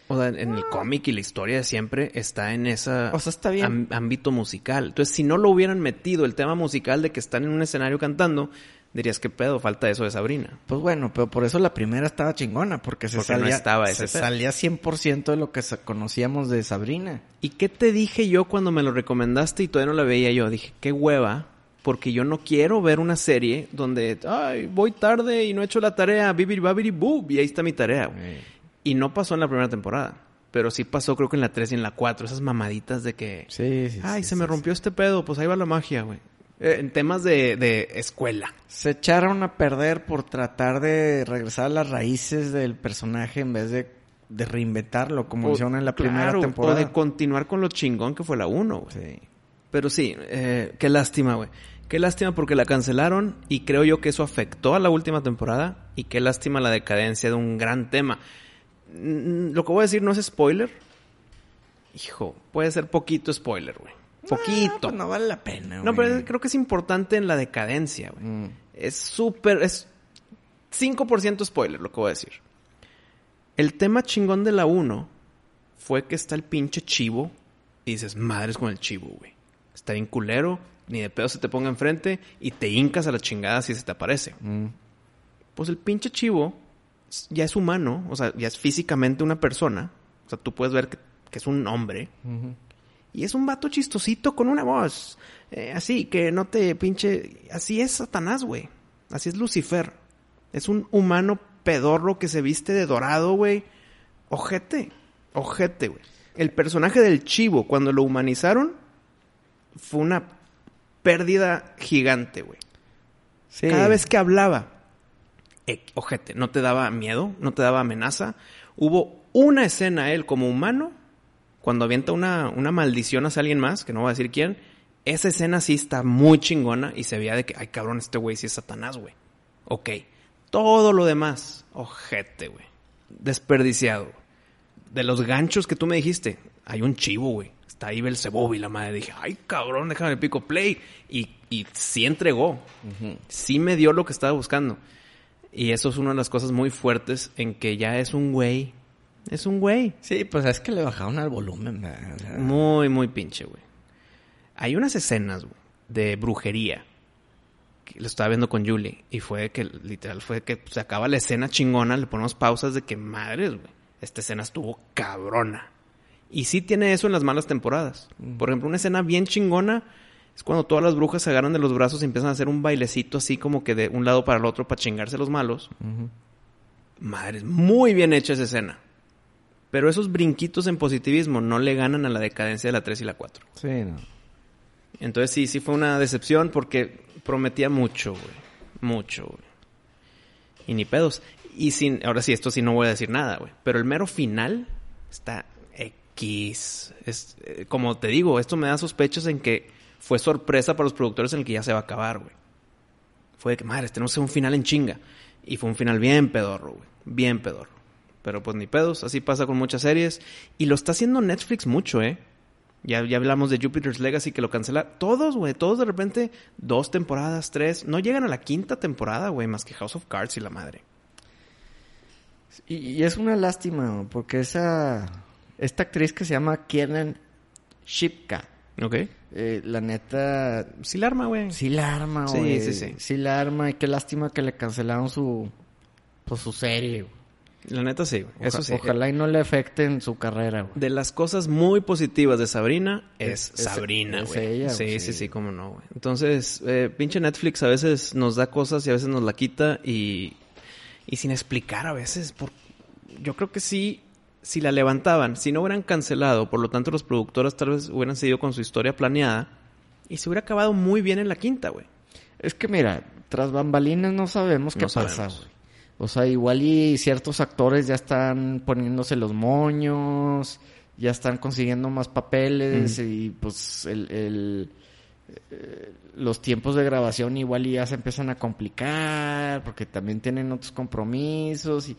[SPEAKER 3] O sea, en en el cómic y la historia de siempre está en esa
[SPEAKER 1] O sea, está bien.
[SPEAKER 3] am- ámbito musical. Entonces, si no lo hubieran metido el tema musical de que están en un escenario cantando, dirías que pedo, falta eso de Sabrina.
[SPEAKER 1] Pues bueno, pero por eso la primera estaba chingona, porque se
[SPEAKER 3] Porque no
[SPEAKER 1] salía,
[SPEAKER 3] estaba
[SPEAKER 1] se
[SPEAKER 3] ese pedo.
[SPEAKER 1] salía 100% de lo que sa- conocíamos de Sabrina.
[SPEAKER 3] ¿Y qué te dije yo cuando me lo recomendaste y todavía no la veía yo? Dije, qué hueva, porque yo no quiero ver una serie donde, ay, voy tarde y no he hecho la tarea, bibiri babiri boob, y ahí está mi tarea. güey. Y no pasó en la primera temporada. Pero sí pasó, creo que en la 3 y en la 4. Esas mamaditas de que.
[SPEAKER 1] Sí, sí.
[SPEAKER 3] Ay,
[SPEAKER 1] sí,
[SPEAKER 3] se
[SPEAKER 1] sí,
[SPEAKER 3] me
[SPEAKER 1] sí.
[SPEAKER 3] rompió este pedo. Pues ahí va la magia, güey. Eh, en temas de, de escuela.
[SPEAKER 1] Se echaron a perder por tratar de regresar a las raíces del personaje en vez de, de reinventarlo, como
[SPEAKER 3] O-
[SPEAKER 1] hicieron en la
[SPEAKER 3] claro,
[SPEAKER 1] primera temporada.
[SPEAKER 3] O de continuar con lo chingón que fue la 1, güey.
[SPEAKER 1] Sí.
[SPEAKER 3] Pero sí, eh, qué lástima, güey. Qué lástima porque la cancelaron y creo yo que eso afectó a la última temporada y qué lástima la decadencia de un gran tema. Mm, Lo que voy a decir no es spoiler. Hijo, puede ser poquito spoiler, güey. Poquito.
[SPEAKER 1] Ah, pues no vale la pena.
[SPEAKER 3] No,
[SPEAKER 1] güey.
[SPEAKER 3] pero creo que es importante en la decadencia, güey.
[SPEAKER 1] Mm.
[SPEAKER 3] Es súper... Es 5% spoiler lo que voy a decir. El tema chingón de la 1 fue que está el pinche chivo y dices, madres con el chivo, güey. Está bien culero, ni de pedo se te ponga enfrente y te hincas a la chingada si se te aparece.
[SPEAKER 1] Mm.
[SPEAKER 3] Pues el pinche chivo s- ya es humano, o sea, ya es físicamente una persona. O sea, tú puedes ver que, que es un hombre.
[SPEAKER 1] Ujú.
[SPEAKER 3] Y es un vato chistosito con una voz. eh, así, que no te pinche... Así es Satanás, güey. Así es Lucifer. Es un humano pedorro que se viste de dorado, güey. Ojete. Ojete, güey. El personaje del chivo, cuando lo humanizaron, fue una pérdida gigante, güey.
[SPEAKER 1] Sí.
[SPEAKER 3] Cada vez que hablaba, eh, ojete, no te daba miedo, no te daba amenaza. Hubo una escena él como humano, cuando avienta una, una maldición hacia alguien más, que no voy a decir quién. Esa escena sí está muy chingona y se veía de que, ay cabrón, este güey sí es Satanás, güey. Ok. Todo lo demás, ojete, güey. Desperdiciado. De los ganchos que tú me dijiste, hay un chivo, güey. Está ahí Belzebub y la madre dije, ay cabrón, déjame el pico play. Y, y sí entregó
[SPEAKER 1] Ujú.
[SPEAKER 3] sí me dio lo que estaba buscando. Y eso es una de las cosas muy fuertes en que ya es un güey. Es un güey.
[SPEAKER 1] Sí, pues es que le bajaron al volumen. ¿verdad? O sea,
[SPEAKER 3] Muy, muy pinche, güey. Hay unas escenas, güey, de brujería. Que lo estaba viendo con Julie. Y fue que, literal, fue que se acaba la escena chingona. Le ponemos pausas de que, madres, güey. Esta escena estuvo cabrona. Y sí tiene eso en las malas temporadas. Por ejemplo, una escena bien chingona es cuando todas las brujas se agarran de los brazos y empiezan a hacer un bailecito así como que de un lado para el otro para chingarse los malos.
[SPEAKER 1] ujú.
[SPEAKER 3] Madres, muy bien hecha esa escena. Pero esos brinquitos en positivismo no le ganan a la decadencia de la 3 y la 4.
[SPEAKER 1] Sí, no.
[SPEAKER 3] Entonces sí, sí fue una decepción porque prometía mucho, güey. Mucho, güey. Y ni pedos. Y sin, ahora sí, esto sí no voy a decir nada, güey. Pero el mero final está X. Es, eh, como te digo, esto me da sospechas en que fue sorpresa para los productores en el que ya se va a acabar, güey. Fue de que, madre, tenemos que hacer un final en chinga. Y fue un final bien pedorro, güey. Bien pedorro. Pero pues ni pedos, así pasa con muchas series. Y lo está haciendo Netflix mucho, ¿eh? Ya, ya hablamos de Jupiter's Legacy que lo cancelaron. Todos, güey, todos de repente, dos temporadas, tres. No llegan a la quinta temporada, güey, más que House of Cards y la madre.
[SPEAKER 1] Y, y es una lástima, porque esa Esta actriz que se llama Kiernan Shipka.
[SPEAKER 3] Ok.
[SPEAKER 1] eh, la neta,
[SPEAKER 3] Sí la arma, güey.
[SPEAKER 1] sí la arma,
[SPEAKER 3] Sí,
[SPEAKER 1] güey.
[SPEAKER 3] sí, sí.
[SPEAKER 1] la arma. Y qué lástima que le cancelaron su, pues, su serie, güey.
[SPEAKER 3] La neta sí, güey.
[SPEAKER 1] Oja-
[SPEAKER 3] Eso sí.
[SPEAKER 1] Ojalá y no le afecten su carrera, güey.
[SPEAKER 3] De las cosas muy positivas de Sabrina es,
[SPEAKER 1] Es- es-
[SPEAKER 3] Sabrina,
[SPEAKER 1] es
[SPEAKER 3] güey.
[SPEAKER 1] ella,
[SPEAKER 3] sí,
[SPEAKER 1] güey,
[SPEAKER 3] sí,
[SPEAKER 1] sí.
[SPEAKER 3] sí, cómo no, güey. Entonces, eh, pinche Netflix a veces nos da cosas y a veces nos la quita y, y sin explicar a veces. Por, yo creo que sí, si la levantaban, si no hubieran cancelado, por lo tanto los productoras tal vez hubieran seguido con su historia planeada y se hubiera acabado muy bien en la quinta, güey.
[SPEAKER 1] Es que mira, tras bambalinas no sabemos qué
[SPEAKER 3] No
[SPEAKER 1] pasa,
[SPEAKER 3] sabemos.
[SPEAKER 1] güey. O sea, igual y ciertos actores ya están poniéndose los moños, ya están consiguiendo más papeles y pues el, el- eh, los tiempos de grabación igual y ya se empiezan a complicar porque también tienen otros compromisos y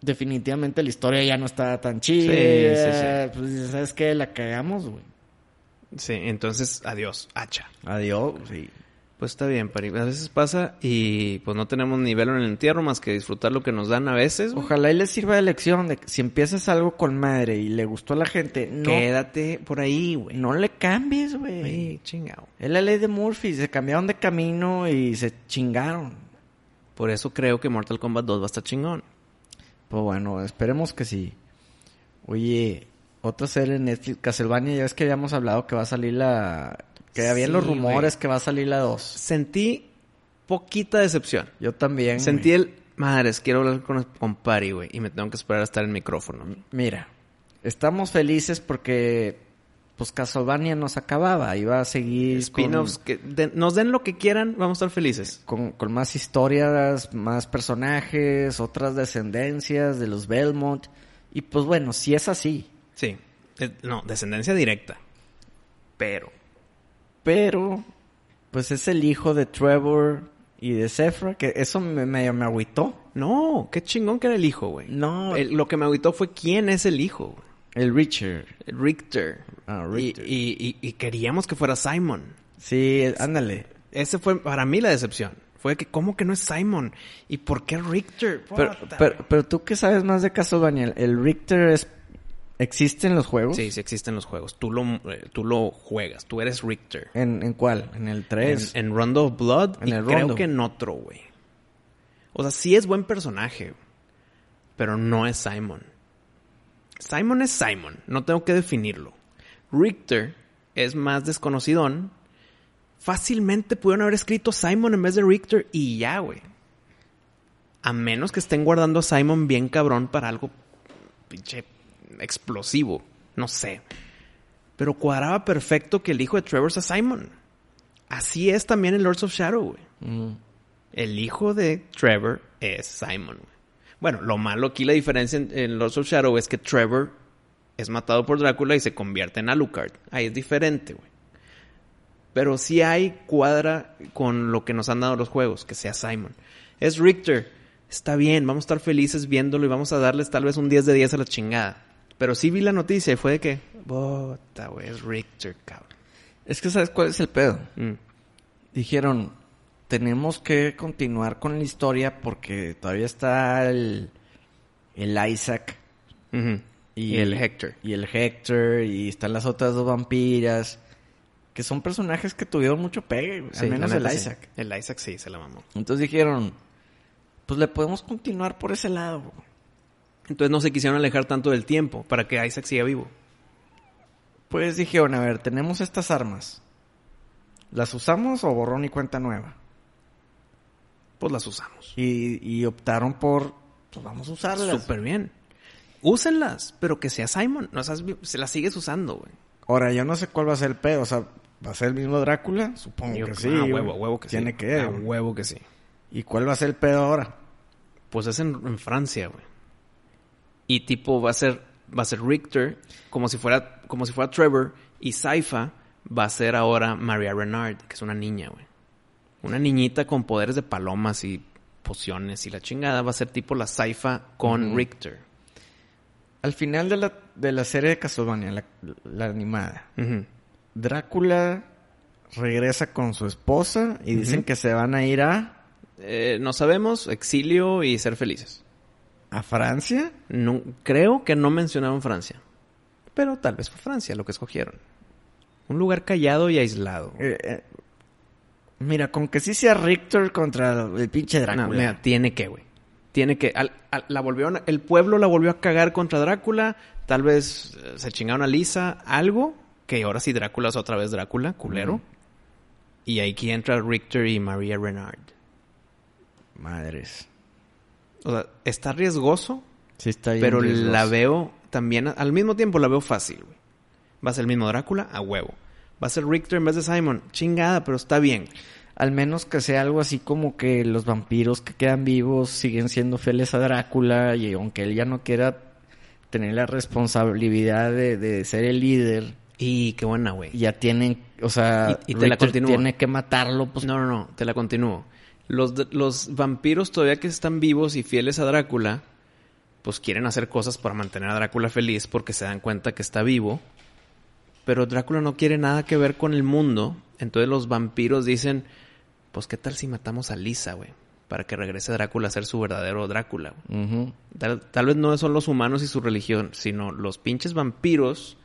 [SPEAKER 1] definitivamente la historia ya no está tan chida.
[SPEAKER 3] sí,
[SPEAKER 1] Pues dices, sabes qué, la cagamos, güey.
[SPEAKER 3] Sí, entonces, adiós, hacha.
[SPEAKER 1] Adiós, sí.
[SPEAKER 3] Pues está bien, Pari. A veces pasa y pues no tenemos ni velo en el entierro más que disfrutar lo que nos dan a veces. güey.
[SPEAKER 1] Ojalá y les sirva de lección de que si empiezas algo con madre y le gustó a la gente, no,
[SPEAKER 3] Quédate por ahí, güey.
[SPEAKER 1] no le cambies,
[SPEAKER 3] Güey,
[SPEAKER 1] güey.
[SPEAKER 3] chingado.
[SPEAKER 1] Es la ley de Murphy, se cambiaron de camino y se chingaron.
[SPEAKER 3] Por eso creo que Mortal Kombat 2 va a estar chingón.
[SPEAKER 1] Pues bueno, esperemos que sí. Oye, otra serie en Netflix, Castlevania, ya es que habíamos hablado que va a salir la... Que habían
[SPEAKER 3] Sí,
[SPEAKER 1] los rumores
[SPEAKER 3] güey.
[SPEAKER 1] que va a salir la 2.
[SPEAKER 3] Sentí poquita decepción.
[SPEAKER 1] Yo también.
[SPEAKER 3] Sentí
[SPEAKER 1] güey.
[SPEAKER 3] el... Madres, quiero hablar con, con Pari, güey. Y me tengo que esperar a estar en micrófono.
[SPEAKER 1] Mira, estamos felices porque pues Castlevania nos acababa, iba a seguir con-
[SPEAKER 3] Spin-offs, que den- nos den lo que quieran, vamos a estar felices.
[SPEAKER 1] con, con más historias, más personajes, otras descendencias de los Belmont. Y pues bueno, si es así.
[SPEAKER 3] Sí. Eh, No, descendencia directa. Pero...
[SPEAKER 1] Pero, pues es el hijo de Trevor y de Zephra, que eso me, medio me agüitó.
[SPEAKER 3] No, qué chingón que era el hijo, güey.
[SPEAKER 1] No,
[SPEAKER 3] El-
[SPEAKER 1] el,
[SPEAKER 3] lo que me agüitó fue quién es el hijo, güey.
[SPEAKER 1] Richard.
[SPEAKER 3] Richter.
[SPEAKER 1] Ah,
[SPEAKER 3] Y-
[SPEAKER 1] Richter.
[SPEAKER 3] Y, y- y queríamos que fuera Simon.
[SPEAKER 1] Sí, ándale.
[SPEAKER 3] Ese fue para mí la decepción. Fue que, ¿cómo que no es Simon? ¿Y por qué Richter?
[SPEAKER 1] Pero,
[SPEAKER 3] Puta,
[SPEAKER 1] pero,
[SPEAKER 3] güey.
[SPEAKER 1] pero tú qué sabes más de Castlevania, el Richter es... ¿Existe en los juegos?
[SPEAKER 3] Sí, sí existen los juegos. Tú lo, eh, tú lo juegas. Tú eres Richter.
[SPEAKER 1] ¿En, en cuál? ¿En el 3?
[SPEAKER 3] En, en Rondo of Blood
[SPEAKER 1] En
[SPEAKER 3] y
[SPEAKER 1] el
[SPEAKER 3] creo
[SPEAKER 1] Rondo.
[SPEAKER 3] que en otro, güey. O sea, sí es buen personaje, pero no es Simon. Simon es Simon, no tengo que definirlo. Richter es más desconocidón. Fácilmente pudieron haber escrito Simon en vez de Richter y ya, güey. A menos que estén guardando a Simon bien cabrón para algo pinche explosivo, no sé. Pero cuadraba perfecto que el hijo de Trevor sea Simon. Así es también en Lords of Shadow, güey.
[SPEAKER 1] Mm.
[SPEAKER 3] El hijo de Trevor es Simon, güey. Bueno, lo malo aquí, la diferencia en, en Lords of Shadow es que Trevor es matado por Drácula y se convierte en Alucard. Ahí es diferente, güey. Pero sí hay cuadra con lo que nos han dado los juegos, que sea Simon. Es Richter. Está bien, vamos a estar felices viéndolo y vamos a darles tal vez un 10 de 10 a la chingada. Pero sí vi la noticia y fue de que... Bota, güey, es Richter, cabrón.
[SPEAKER 1] Es que ¿sabes cuál es el pedo?
[SPEAKER 3] Mm.
[SPEAKER 1] dijeron, tenemos que continuar con la historia porque todavía está el, el Isaac
[SPEAKER 3] Ujú. y el Hector.
[SPEAKER 1] y el Hector y están las otras dos vampiras, que son personajes que tuvieron mucho pegue, güey,
[SPEAKER 3] Sí,
[SPEAKER 1] al menos
[SPEAKER 3] la
[SPEAKER 1] el
[SPEAKER 3] neta, sí.
[SPEAKER 1] Isaac.
[SPEAKER 3] El Isaac sí, se la mamó.
[SPEAKER 1] Entonces dijeron, pues le podemos continuar por ese lado. güey.
[SPEAKER 3] Entonces no se quisieron alejar tanto del tiempo para que Isaac siga vivo.
[SPEAKER 1] Pues dijeron, a ver, tenemos estas armas. ¿Las usamos o borrón y cuenta nueva?
[SPEAKER 3] Pues las usamos.
[SPEAKER 1] Y, y optaron por, pues vamos a usarlas.
[SPEAKER 3] Súper bien. Úsenlas, pero que sea Simon. No seas vi- se las sigues usando, güey.
[SPEAKER 1] Ahora, yo no sé cuál va a ser el pedo. O sea, ¿va a ser el mismo Drácula? Supongo
[SPEAKER 3] Yo
[SPEAKER 1] que
[SPEAKER 3] creo-
[SPEAKER 1] sí.
[SPEAKER 3] ah,
[SPEAKER 1] güey.
[SPEAKER 3] huevo, huevo que
[SPEAKER 1] Tiene
[SPEAKER 3] sí.
[SPEAKER 1] que.
[SPEAKER 3] Ah,
[SPEAKER 1] güey.
[SPEAKER 3] huevo que sí.
[SPEAKER 1] ¿Y cuál va a ser el pedo ahora?
[SPEAKER 3] Pues es en, en Francia, güey. Y tipo va a ser va a ser Richter como si fuera como si fuera Trevor y Saifa va a ser ahora Maria Renard, que es una niña, güey. Una niñita con poderes de palomas y pociones y la chingada va a ser tipo la Saifa con
[SPEAKER 1] Ujú.
[SPEAKER 3] Richter.
[SPEAKER 1] Al final de la, de la serie de Castlevania, la, la animada,
[SPEAKER 3] Ujú.
[SPEAKER 1] Drácula regresa con su esposa y dicen que se van a ir a,
[SPEAKER 3] Eh, no sabemos, exilio y ser felices.
[SPEAKER 1] a Francia.
[SPEAKER 3] No, creo que no mencionaron Francia. Pero tal vez fue Francia lo que escogieron. Un lugar callado y aislado.
[SPEAKER 1] Eh, eh, mira, con que sí sea Richter contra el pinche Drácula.
[SPEAKER 3] No, mira, tiene que, güey. Tiene que. al- al- la volvieron, el pueblo la volvió a cagar contra Drácula. Tal vez eh, se chingaron a Lisa. Algo que ahora sí Drácula es otra vez Drácula, culero.
[SPEAKER 1] Ujú.
[SPEAKER 3] Y aquí entra Richter y María Renard.
[SPEAKER 1] Madres.
[SPEAKER 3] O sea, está riesgoso,
[SPEAKER 1] Sí está bien
[SPEAKER 3] pero
[SPEAKER 1] riesgoso.
[SPEAKER 3] la veo también. Al mismo tiempo la veo fácil, güey. Va a ser el mismo Drácula a huevo. Va a ser Richter en vez de Simon. Chingada, pero está bien.
[SPEAKER 1] Al menos que sea algo así como que los vampiros que quedan vivos siguen siendo fieles a Drácula y aunque él ya no quiera tener la responsabilidad de, de ser el líder,
[SPEAKER 3] Y qué buena, güey.
[SPEAKER 1] ya tienen, o sea,
[SPEAKER 3] Y- y te la
[SPEAKER 1] Richter
[SPEAKER 3] continúo.
[SPEAKER 1] tiene que matarlo, pues
[SPEAKER 3] No, no, no, te la continúo. Los, d- los vampiros todavía que están vivos y fieles a Drácula, pues quieren hacer cosas para mantener a Drácula feliz porque se dan cuenta que está vivo. Pero Drácula no quiere nada que ver con el mundo. Entonces los vampiros dicen, pues qué tal si matamos a Lisa, güey, para que regrese Drácula a ser su verdadero Drácula. güey?"
[SPEAKER 1] Ujú.
[SPEAKER 3] Tal, tal vez no son los humanos y su religión, sino los pinches vampiros.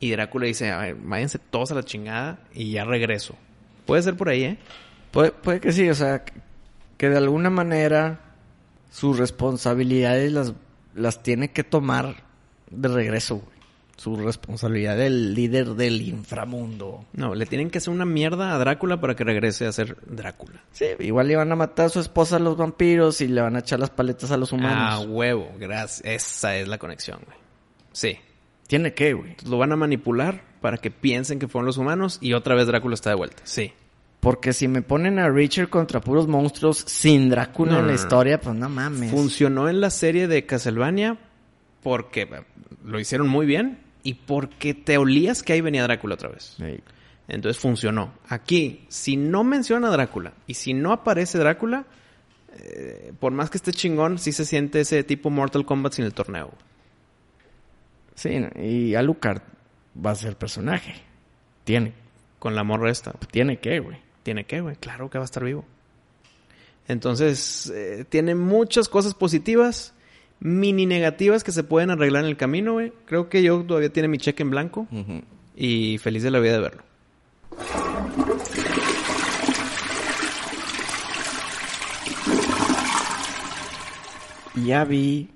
[SPEAKER 3] Y Drácula dice, a ver, váyanse todos a la chingada y ya regreso. Puede ser por ahí, ¿eh?
[SPEAKER 1] Puede, puede que sí, o sea, que- que de alguna manera sus responsabilidades las, las tiene que tomar de regreso, güey. Su responsabilidad del líder del inframundo.
[SPEAKER 3] No, le tienen que hacer una mierda a Drácula para que regrese a ser Drácula.
[SPEAKER 1] Sí, igual le van a matar a su esposa a los vampiros y le van a echar las paletas a los
[SPEAKER 3] Ah,
[SPEAKER 1] humanos.
[SPEAKER 3] huevo, gracias. Esa es la conexión, güey. Sí.
[SPEAKER 1] Tiene que, güey.
[SPEAKER 3] Lo van a manipular para que piensen que fueron los humanos y otra vez Drácula está de vuelta. Sí.
[SPEAKER 1] Porque si me ponen a Richard contra puros monstruos sin Drácula
[SPEAKER 3] No,
[SPEAKER 1] en
[SPEAKER 3] no,
[SPEAKER 1] la
[SPEAKER 3] no.
[SPEAKER 1] historia, pues no mames.
[SPEAKER 3] Funcionó en la serie de Castlevania porque eh, lo hicieron muy bien y porque te olías que ahí venía Drácula otra vez.
[SPEAKER 1] Sí.
[SPEAKER 3] Entonces funcionó. Aquí, si no menciona a Drácula y si no aparece Drácula, eh, por más que esté chingón, sí se siente ese tipo Mortal Kombat sin el torneo.
[SPEAKER 1] Sí, y Alucard va a ser personaje. Tiene,
[SPEAKER 3] Con la morra esta.
[SPEAKER 1] tiene que, güey.
[SPEAKER 3] Tiene que, güey. Claro que va a estar vivo. Entonces, eh, tiene muchas cosas positivas, mini negativas que se pueden arreglar en el camino, güey. Creo que yo todavía tiene mi cheque en blanco y feliz de la vida de verlo.
[SPEAKER 1] Ya vi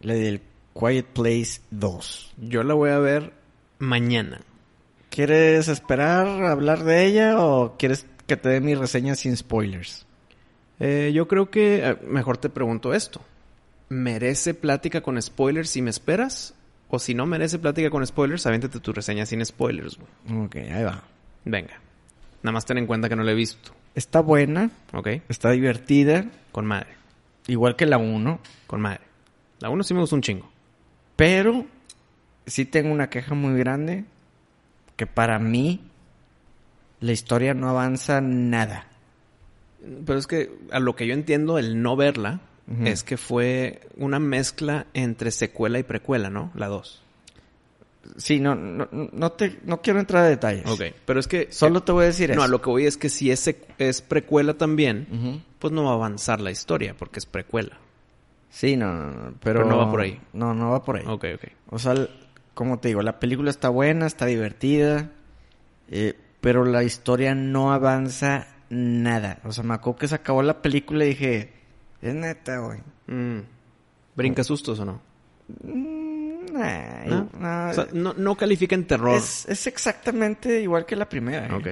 [SPEAKER 1] la del Quiet Place 2.
[SPEAKER 3] Yo la voy a ver mañana.
[SPEAKER 1] ¿Quieres esperar a hablar de ella o quieres que te dé mi reseña sin spoilers?
[SPEAKER 3] Eh, yo creo que eh, mejor te pregunto esto. ¿Merece plática con spoilers si me esperas? O si no merece plática con spoilers, avéntate tu reseña sin spoilers, güey.
[SPEAKER 1] Ok, ahí va.
[SPEAKER 3] Venga. Nada más ten en cuenta que no la he visto,
[SPEAKER 1] Está buena,
[SPEAKER 3] ¿ok?
[SPEAKER 1] está divertida,
[SPEAKER 3] Con madre,
[SPEAKER 1] igual que la 1,
[SPEAKER 3] con madre. La uno sí me gustó un chingo.
[SPEAKER 1] pero sí tengo una queja muy grande que para mí la historia no avanza nada.
[SPEAKER 3] Pero es que a lo que yo entiendo el no verla
[SPEAKER 1] Ujú.
[SPEAKER 3] es que fue una mezcla entre secuela y precuela, ¿no? La dos.
[SPEAKER 1] Sí, no, no, no te, no quiero entrar a detalles.
[SPEAKER 3] Pero es que...
[SPEAKER 1] Solo te voy a decir eso.
[SPEAKER 3] No, a lo que voy es que si es, sec- es precuela también,
[SPEAKER 1] Ujú.
[SPEAKER 3] pues no va a avanzar la historia porque es precuela.
[SPEAKER 1] Sí, no, no, no, pero...
[SPEAKER 3] Pero no va por ahí.
[SPEAKER 1] No, no va por ahí.
[SPEAKER 3] Ok, ok.
[SPEAKER 1] O sea, l- como te digo, la película está buena, está divertida, eh, pero la historia no avanza nada. O sea, me acuerdo que se acabó la película y dije, es neta, güey.
[SPEAKER 3] Mm. ¿Brinca sustos o no?
[SPEAKER 1] Mm, nah,
[SPEAKER 3] ¿No?
[SPEAKER 1] y- nah,
[SPEAKER 3] O sea, no, no califica en terror.
[SPEAKER 1] eh, es, es exactamente igual que la primera. eh.
[SPEAKER 3] Ok.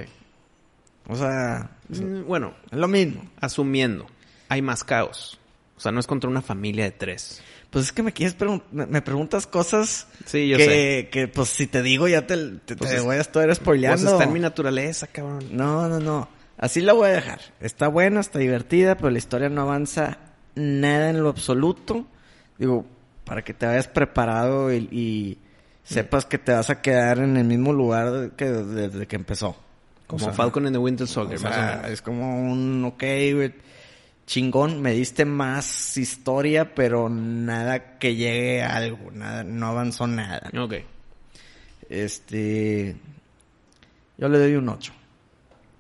[SPEAKER 1] O sea, es
[SPEAKER 3] Mm, Bueno,
[SPEAKER 1] lo mismo.
[SPEAKER 3] asumiendo, hay más caos. O sea, no es contra una familia de tres.
[SPEAKER 1] Pues es que me quieres pregun- me me preguntas cosas
[SPEAKER 3] Sí, yo sé.
[SPEAKER 1] que, que, pues si te digo ya te, te,
[SPEAKER 3] Pues
[SPEAKER 1] te
[SPEAKER 3] es-
[SPEAKER 1] voy a estar
[SPEAKER 3] Pues
[SPEAKER 1] spoileando.
[SPEAKER 3] está en mi naturaleza, cabrón.
[SPEAKER 1] No, no, no. Así la voy a dejar. Está buena, está divertida, pero la historia no avanza nada en lo absoluto. Digo, para que te vayas preparado y, y sepas que te vas a quedar en el mismo lugar de- que desde que empezó.
[SPEAKER 3] Como
[SPEAKER 1] O sea,
[SPEAKER 3] Falcon and the Winter
[SPEAKER 1] o
[SPEAKER 3] Soldier,
[SPEAKER 1] sea,
[SPEAKER 3] más o menos.
[SPEAKER 1] es como un, ok, güey, chingón, me diste más historia, pero nada que llegue a algo, nada, no avanzó nada.
[SPEAKER 3] Ok.
[SPEAKER 1] Este, yo le doy un 8.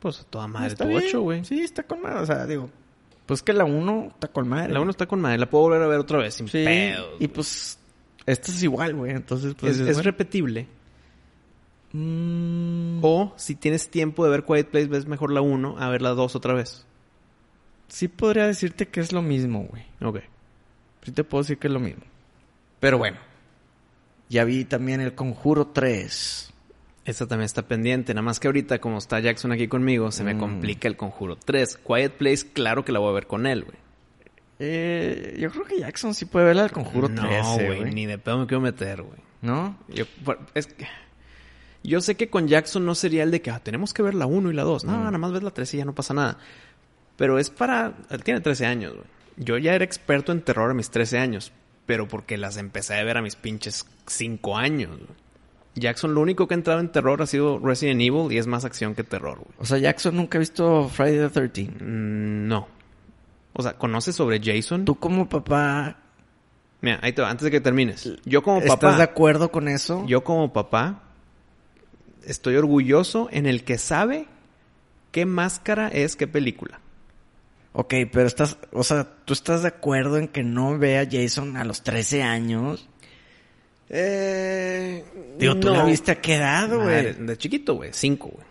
[SPEAKER 3] Pues a toda
[SPEAKER 1] Ah,
[SPEAKER 3] madre
[SPEAKER 1] está
[SPEAKER 3] tu
[SPEAKER 1] bien.
[SPEAKER 3] ocho, güey.
[SPEAKER 1] Sí, está con madre. O sea, digo, pues que la 1 está con madre.
[SPEAKER 3] La uno está con madre. La puedo volver a ver otra vez sin
[SPEAKER 1] sí.
[SPEAKER 3] pedos.
[SPEAKER 1] Y pues Esto es igual, güey. Entonces, pues.
[SPEAKER 3] es,
[SPEAKER 1] dices,
[SPEAKER 3] es
[SPEAKER 1] bueno,
[SPEAKER 3] repetible.
[SPEAKER 1] mm,
[SPEAKER 3] O si tienes tiempo de ver Quiet Place, ves mejor la 1 a ver la 2 otra vez.
[SPEAKER 1] Sí podría decirte que es lo mismo, güey.
[SPEAKER 3] Ok.
[SPEAKER 1] Sí te puedo decir que es lo mismo. Pero bueno. Ya vi también El Conjuro 3.
[SPEAKER 3] Esta también está pendiente, nada más que ahorita, como está Jackson aquí conmigo, se me
[SPEAKER 1] Mm.
[SPEAKER 3] complica el conjuro 3. Quiet Place, claro que la voy a ver con él, güey.
[SPEAKER 1] Eh, yo creo que Jackson sí puede ver la del Conjuro
[SPEAKER 3] No,
[SPEAKER 1] 13,
[SPEAKER 3] güey, ni de pedo me quiero meter, güey.
[SPEAKER 1] ¿No?
[SPEAKER 3] Yo, por- es que- yo sé que con Jackson no sería el de que ah, tenemos que ver la 1 y la 2. No,
[SPEAKER 1] Mm.
[SPEAKER 3] nada más ves la 3 y ya no pasa nada. Pero es para. Él tiene 13 años, güey. Yo ya era experto en terror a mis 13 años. Pero porque las empecé a ver a mis pinches 5 años, güey. Jackson, lo único que ha entrado en terror ha sido Resident Evil y es más acción que terror, güey.
[SPEAKER 1] O sea, Jackson nunca ha visto Friday the 13.
[SPEAKER 3] Mm, No. O sea, ¿conoces sobre Jason?
[SPEAKER 1] ¿Tú como papá
[SPEAKER 3] Mira, ahí te va, antes de que termines. Yo como
[SPEAKER 1] estás
[SPEAKER 3] papá.
[SPEAKER 1] de acuerdo con eso?
[SPEAKER 3] Yo como papá estoy orgulloso en el que sabe qué máscara es qué película.
[SPEAKER 1] Ok, pero estás, o sea, ¿tú estás de acuerdo en que no vea a Jason a los 13 años? Digo, tú
[SPEAKER 3] Eh, no.
[SPEAKER 1] la viste a qué edad,
[SPEAKER 3] Ah, de,
[SPEAKER 1] Eh, güey.
[SPEAKER 3] de chiquito, güey. Cinco, güey.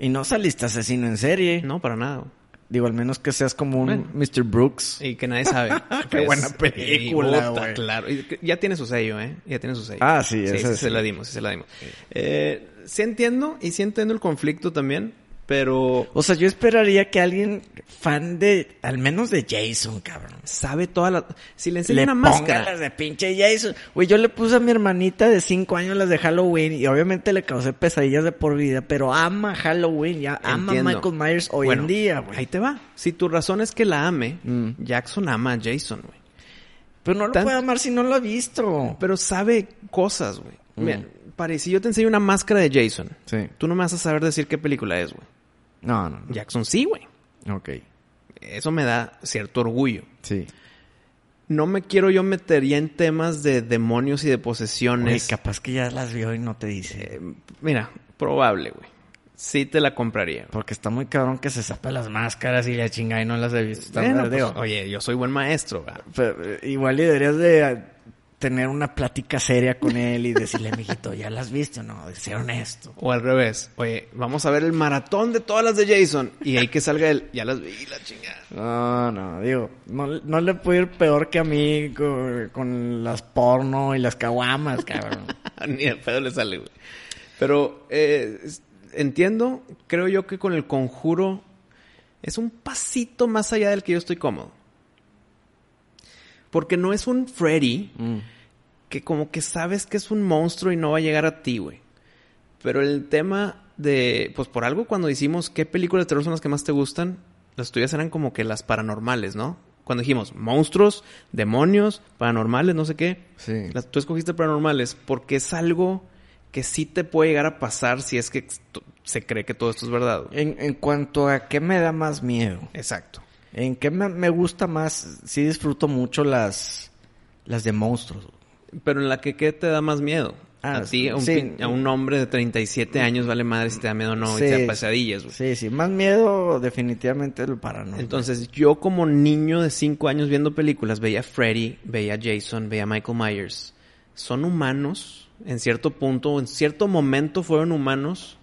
[SPEAKER 1] Y no saliste asesino en serie.
[SPEAKER 3] No, para nada. güey.
[SPEAKER 1] Digo, al menos que seas como un
[SPEAKER 3] Bueno.
[SPEAKER 1] Mr. Brooks.
[SPEAKER 3] Y que nadie sabe.
[SPEAKER 1] Qué
[SPEAKER 3] Es-
[SPEAKER 1] buena película,
[SPEAKER 3] puta,
[SPEAKER 1] güey.
[SPEAKER 3] Claro. Y que- ya tiene su sello, ¿eh? Ya tiene su sello.
[SPEAKER 1] Ah, sí,
[SPEAKER 3] sí,
[SPEAKER 1] esa
[SPEAKER 3] sí
[SPEAKER 1] sí.
[SPEAKER 3] se la dimos, sí se la dimos. Eh, sí entiendo y sí entiendo el conflicto también, pero
[SPEAKER 1] O sea, yo esperaría que alguien fan de, al menos de Jason, cabrón.
[SPEAKER 3] sabe toda la... Si le enseña
[SPEAKER 1] Le
[SPEAKER 3] una
[SPEAKER 1] ponga
[SPEAKER 3] máscara...
[SPEAKER 1] las de pinche Jason. Güey, yo le puse a mi hermanita de 5 años las de Halloween y obviamente le causé pesadillas de por vida, pero ama Halloween, ya ama
[SPEAKER 3] Entiendo.
[SPEAKER 1] Michael Myers hoy
[SPEAKER 3] Bueno,
[SPEAKER 1] en día, güey.
[SPEAKER 3] Ahí te va. Si tu razón es que la ame,
[SPEAKER 1] ah, Mm.
[SPEAKER 3] Jackson ama a Jason, güey.
[SPEAKER 1] Pero no lo
[SPEAKER 3] Tan-
[SPEAKER 1] puede amar si no lo ha visto.
[SPEAKER 3] Pero sabe cosas, güey.
[SPEAKER 1] Mm.
[SPEAKER 3] Mira, pare, si yo te enseño una máscara de Jason,
[SPEAKER 1] Sí.
[SPEAKER 3] tú no me vas a saber decir qué película es, güey.
[SPEAKER 1] No, no, no.
[SPEAKER 3] Jackson sí, güey.
[SPEAKER 1] Ok.
[SPEAKER 3] Eso me da cierto orgullo.
[SPEAKER 1] Sí.
[SPEAKER 3] No me quiero yo meter ya en temas de demonios y de posesiones.
[SPEAKER 1] capaz que ya las vio y no te dice.
[SPEAKER 3] Eh, mira, probable, güey. Sí te la compraría. güey.
[SPEAKER 1] Porque está muy cabrón que se zapa las máscaras y la chingada y no las he visto. Está
[SPEAKER 3] Bueno,
[SPEAKER 1] mal,
[SPEAKER 3] pues,
[SPEAKER 1] digo,
[SPEAKER 3] oye, yo soy buen maestro, güey.
[SPEAKER 1] pero, eh, igual y deberías de eh, tener una plática seria con él y decirle, amiguito, ¿ya las viste o no? Sea honesto.
[SPEAKER 3] O al revés, oye, vamos a ver el maratón de todas las de Jason. Y ahí que salga el, ya las vi, la chingada.
[SPEAKER 1] No, no, digo, no, no le puede ir peor que a mí con, con las porno y las caguamas, cabrón.
[SPEAKER 3] Ni de pedo le sale, güey. Pero eh, es- entiendo, creo yo que con el conjuro es un pasito más allá del que yo estoy cómodo. Porque no es un Freddy
[SPEAKER 1] Mm,
[SPEAKER 3] que como que sabes que es un monstruo y no va a llegar a ti, güey. Pero el tema de, pues por algo cuando hicimos qué películas de terror son las que más te gustan, las tuyas eran como que las paranormales, ¿no? Cuando dijimos monstruos, demonios, paranormales, no sé qué.
[SPEAKER 1] Sí.
[SPEAKER 3] Las- tú escogiste paranormales porque es algo que sí te puede llegar a pasar si es que ex- t- se cree que todo esto es verdad. güey.
[SPEAKER 1] En, en cuanto a qué me da más miedo,
[SPEAKER 3] Exacto.
[SPEAKER 1] en qué me, me gusta más, sí disfruto mucho las, las de monstruos. güey.
[SPEAKER 3] Pero en la que qué te da más miedo.
[SPEAKER 1] Ah,
[SPEAKER 3] a ti, a un,
[SPEAKER 1] sí. Mm.
[SPEAKER 3] pin- a un hombre de 37 años vale madre si te da miedo o no
[SPEAKER 1] Sí.
[SPEAKER 3] y te da pesadillas. güey.
[SPEAKER 1] Sí, sí, más miedo definitivamente el paranormal.
[SPEAKER 3] Entonces, yo como niño de 5 años viendo películas, veía a Freddy, veía a Jason, veía a Michael Myers. Son humanos, en cierto punto, o en cierto momento fueron humanos,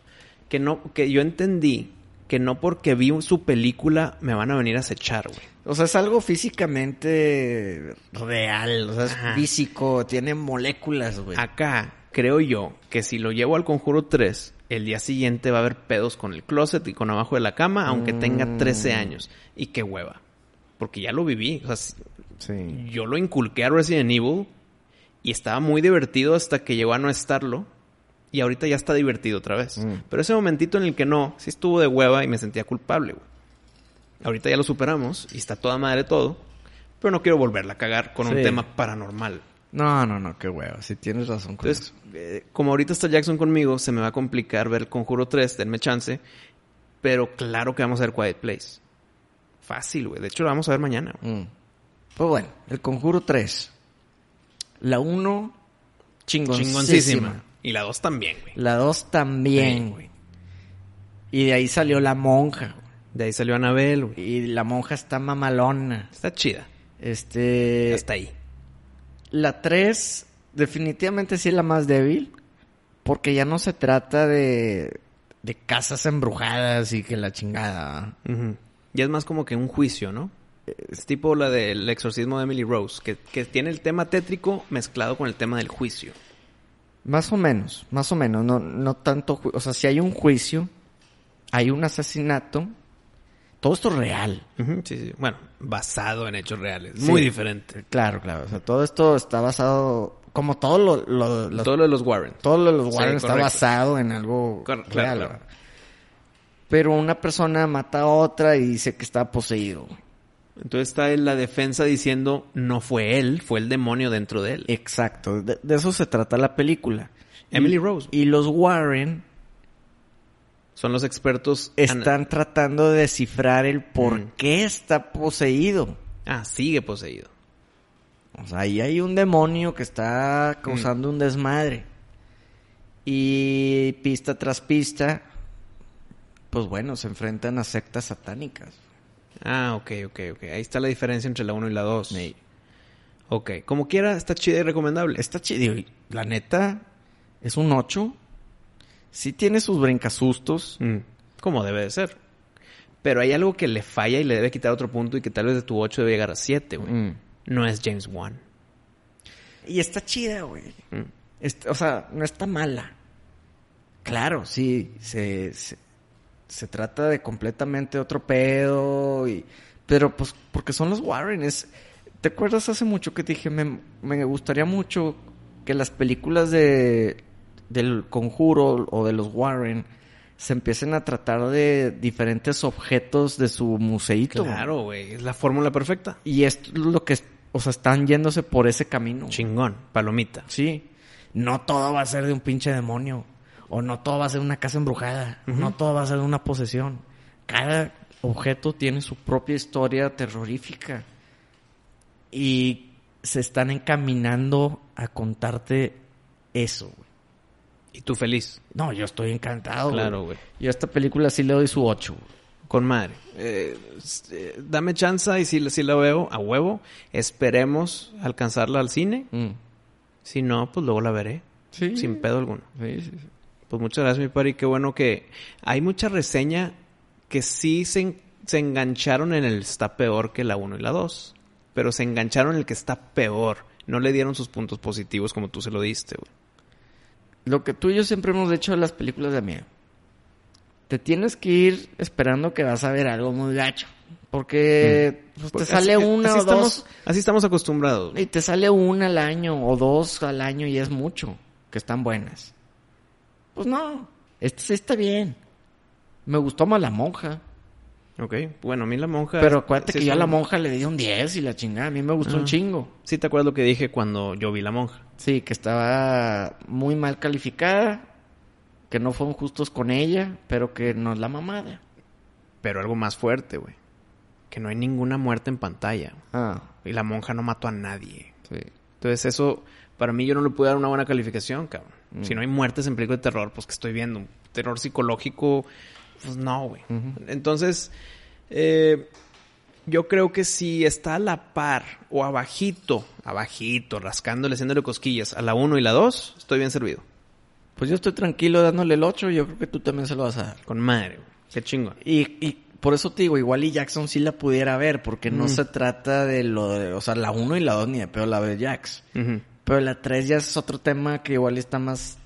[SPEAKER 3] que, no, que yo entendí que no porque vi su película me van a venir a acechar, güey.
[SPEAKER 1] o sea, es algo físicamente real, o sea, es
[SPEAKER 3] Ajá. Ah.
[SPEAKER 1] físico, tiene moléculas, güey.
[SPEAKER 3] Acá, creo yo, que si lo llevo al Conjuro 3, el día siguiente va a haber pedos con el closet y con abajo de la cama, aunque tenga 13 años. Y qué hueva. Porque ya lo viví. O sea,
[SPEAKER 1] Sí.
[SPEAKER 3] yo lo inculqué a Resident Evil y estaba muy divertido hasta que llegó a no estarlo. Y ahorita ya está divertido otra vez.
[SPEAKER 1] Mm.
[SPEAKER 3] Pero ese momentito en el que no, sí estuvo de hueva y me sentía culpable, güey. Ahorita ya lo superamos y está toda madre todo. Pero no quiero volverla a cagar con un
[SPEAKER 1] Sí.
[SPEAKER 3] tema paranormal.
[SPEAKER 1] No, no, no, qué huevo, sí tienes razón con
[SPEAKER 3] Entonces,
[SPEAKER 1] eso.
[SPEAKER 3] eh, como ahorita está Jackson conmigo, se me va a complicar ver el Conjuro 3, denme chance. Pero claro que vamos a ver Quiet Place. Fácil, güey. De hecho, lo vamos a ver mañana. güey.
[SPEAKER 1] Mm. Pues bueno, el conjuro 3. La 1
[SPEAKER 3] Chingoncísima.
[SPEAKER 1] chingoncísima.
[SPEAKER 3] Y la 2 también, güey.
[SPEAKER 1] La 2
[SPEAKER 3] Sí.
[SPEAKER 1] también, güey. Y de ahí salió la monja, güey.
[SPEAKER 3] De ahí salió Anabel, güey.
[SPEAKER 1] Y la monja está mamalona.
[SPEAKER 3] Está chida.
[SPEAKER 1] Este.
[SPEAKER 3] Hasta ahí.
[SPEAKER 1] La 3 definitivamente sí es la más débil, porque ya no se trata de, de casas embrujadas y que la chingada.
[SPEAKER 3] Ujú. Y es más como que un juicio, ¿no? Es tipo la del exorcismo de Emily Rose, que, que tiene el tema tétrico mezclado con el tema del juicio.
[SPEAKER 1] Más o menos, más o menos, no, no tanto, ju- o sea, si hay un juicio, hay un asesinato, todo esto es real.
[SPEAKER 3] Sí, sí. Bueno, basado en hechos reales.
[SPEAKER 1] Sí.
[SPEAKER 3] Muy diferente.
[SPEAKER 1] Claro, claro, o sea, todo esto está basado, como todo lo, lo- los-
[SPEAKER 3] Todo lo de los Warren.
[SPEAKER 1] todo lo de los
[SPEAKER 3] Sí,
[SPEAKER 1] Warren está
[SPEAKER 3] correcto.
[SPEAKER 1] basado en algo
[SPEAKER 3] Cor- claro,
[SPEAKER 1] real.
[SPEAKER 3] claro.
[SPEAKER 1] ¿verdad? Pero una persona mata a otra y dice que está poseído.
[SPEAKER 3] Entonces está en la defensa diciendo no fue él, fue el demonio dentro de él.
[SPEAKER 1] Eh, Exacto, de, de eso se trata la película.
[SPEAKER 3] Emily
[SPEAKER 1] Y-
[SPEAKER 3] Rose.
[SPEAKER 1] Y los Warren
[SPEAKER 3] Son los expertos.
[SPEAKER 1] están tratando de descifrar el por
[SPEAKER 3] Mm.
[SPEAKER 1] qué está poseído.
[SPEAKER 3] Ah, sigue poseído.
[SPEAKER 1] O sea, ahí hay un demonio que está
[SPEAKER 3] Mm.
[SPEAKER 1] causando un desmadre. Y pista tras pista, pues bueno, se enfrentan a sectas satánicas.
[SPEAKER 3] Ah, ok, ok, ok. Ahí está la diferencia entre la 1 y la 2.
[SPEAKER 1] Sí.
[SPEAKER 3] Ok. Como quiera, está chida y recomendable.
[SPEAKER 1] Está chido. y La neta, es un 8. Sí tiene sus brincasustos.
[SPEAKER 3] Mm, Como debe de ser. Pero hay algo que le falla y le debe quitar otro punto y que tal vez de tu 8 debe llegar a 7, güey.
[SPEAKER 1] Mm.
[SPEAKER 3] No es James Wan.
[SPEAKER 1] Y está chida, güey.
[SPEAKER 3] Mm.
[SPEAKER 1] Est- o sea, no está mala. Claro, sí, se, se, se trata de completamente otro pedo. Y, pero pues, porque son los Warren. es- ¿Te acuerdas hace mucho que te dije, me, me gustaría mucho que las películas de, del conjuro o de los Warren se empiecen a tratar de diferentes objetos de su museito?
[SPEAKER 3] Claro, güey. Es la fórmula perfecta.
[SPEAKER 1] Y esto es lo que, es- o sea, están yéndose por ese camino.
[SPEAKER 3] Chingón. Palomita.
[SPEAKER 1] Sí. No todo va a ser de un pinche demonio. O no todo va a ser una casa embrujada. No todo va a ser una posesión. Cada objeto tiene su propia historia terrorífica. Y se están encaminando a contarte eso. güey.
[SPEAKER 3] Y tú feliz.
[SPEAKER 1] No, yo estoy encantado. güey.
[SPEAKER 3] Claro, Oh, güey.
[SPEAKER 1] Yo a esta película sí le doy su 8.
[SPEAKER 3] Con madre. Eh, s- eh, dame chance y si, la- si la veo a huevo, esperemos alcanzarla al cine.
[SPEAKER 1] Mm.
[SPEAKER 3] Si no, pues luego la veré.
[SPEAKER 1] Sí.
[SPEAKER 3] Sin pedo alguno.
[SPEAKER 1] Sí, sí, sí.
[SPEAKER 3] Pues muchas gracias, mi pari. Qué bueno que hay mucha reseña que sí se, en- se engancharon en el está peor que la 1 y la 2. Pero se engancharon en el que está peor. No le dieron sus puntos positivos como tú se lo diste, güey.
[SPEAKER 1] lo que tú y yo siempre hemos hecho de las películas de miedo. Te tienes que ir esperando que vas a ver algo muy gacho. Porque pues, te
[SPEAKER 3] Porque
[SPEAKER 1] sale
[SPEAKER 3] Mm. así-
[SPEAKER 1] una
[SPEAKER 3] así
[SPEAKER 1] o
[SPEAKER 3] estamos-
[SPEAKER 1] dos.
[SPEAKER 3] Así estamos acostumbrados. güey.
[SPEAKER 1] Y te sale una al año o dos al año y es mucho. Que están buenas. Pues no. Esta sí está bien. Me gustó más la monja.
[SPEAKER 3] Ok. Bueno, a mí la monja.
[SPEAKER 1] Pero acuérdate
[SPEAKER 3] sí Ah.
[SPEAKER 1] que
[SPEAKER 3] es
[SPEAKER 1] yo a la
[SPEAKER 3] un-
[SPEAKER 1] monja le di un 10 y la chingada. A mí me gustó un chingo.
[SPEAKER 3] Sí, te acuerdas lo que dije cuando yo vi la monja.
[SPEAKER 1] Sí, que estaba muy mal calificada. Que no fueron justos con ella. Pero que no es la mamada.
[SPEAKER 3] Pero algo más fuerte, güey. Que no hay ninguna muerte en pantalla.
[SPEAKER 1] Ah,
[SPEAKER 3] Y la monja no mató a nadie.
[SPEAKER 1] sí.
[SPEAKER 3] Entonces eso, para mí yo no le pude dar una buena calificación, cabrón.
[SPEAKER 1] Mm.
[SPEAKER 3] Si no hay muertes en películas de terror, pues que estoy viendo, un terror psicológico, pues no, güey. Entonces, eh, yo creo que si está a la par o abajito, abajito, rascándole, haciéndole cosquillas a la 1 y la 2, estoy bien servido.
[SPEAKER 1] Pues yo estoy tranquilo dándole el 8, yo creo que tú también se lo vas a dar.
[SPEAKER 3] Con madre, güey. Qué chingón.
[SPEAKER 1] Y, y por eso te digo, igual y Jackson sí la pudiera ver, porque no se trata de lo de, o sea, la 1 y la 2 ni de pedo la ve Jax.
[SPEAKER 3] Ujú.
[SPEAKER 1] Pero la 3 ya es otro tema que igual está más,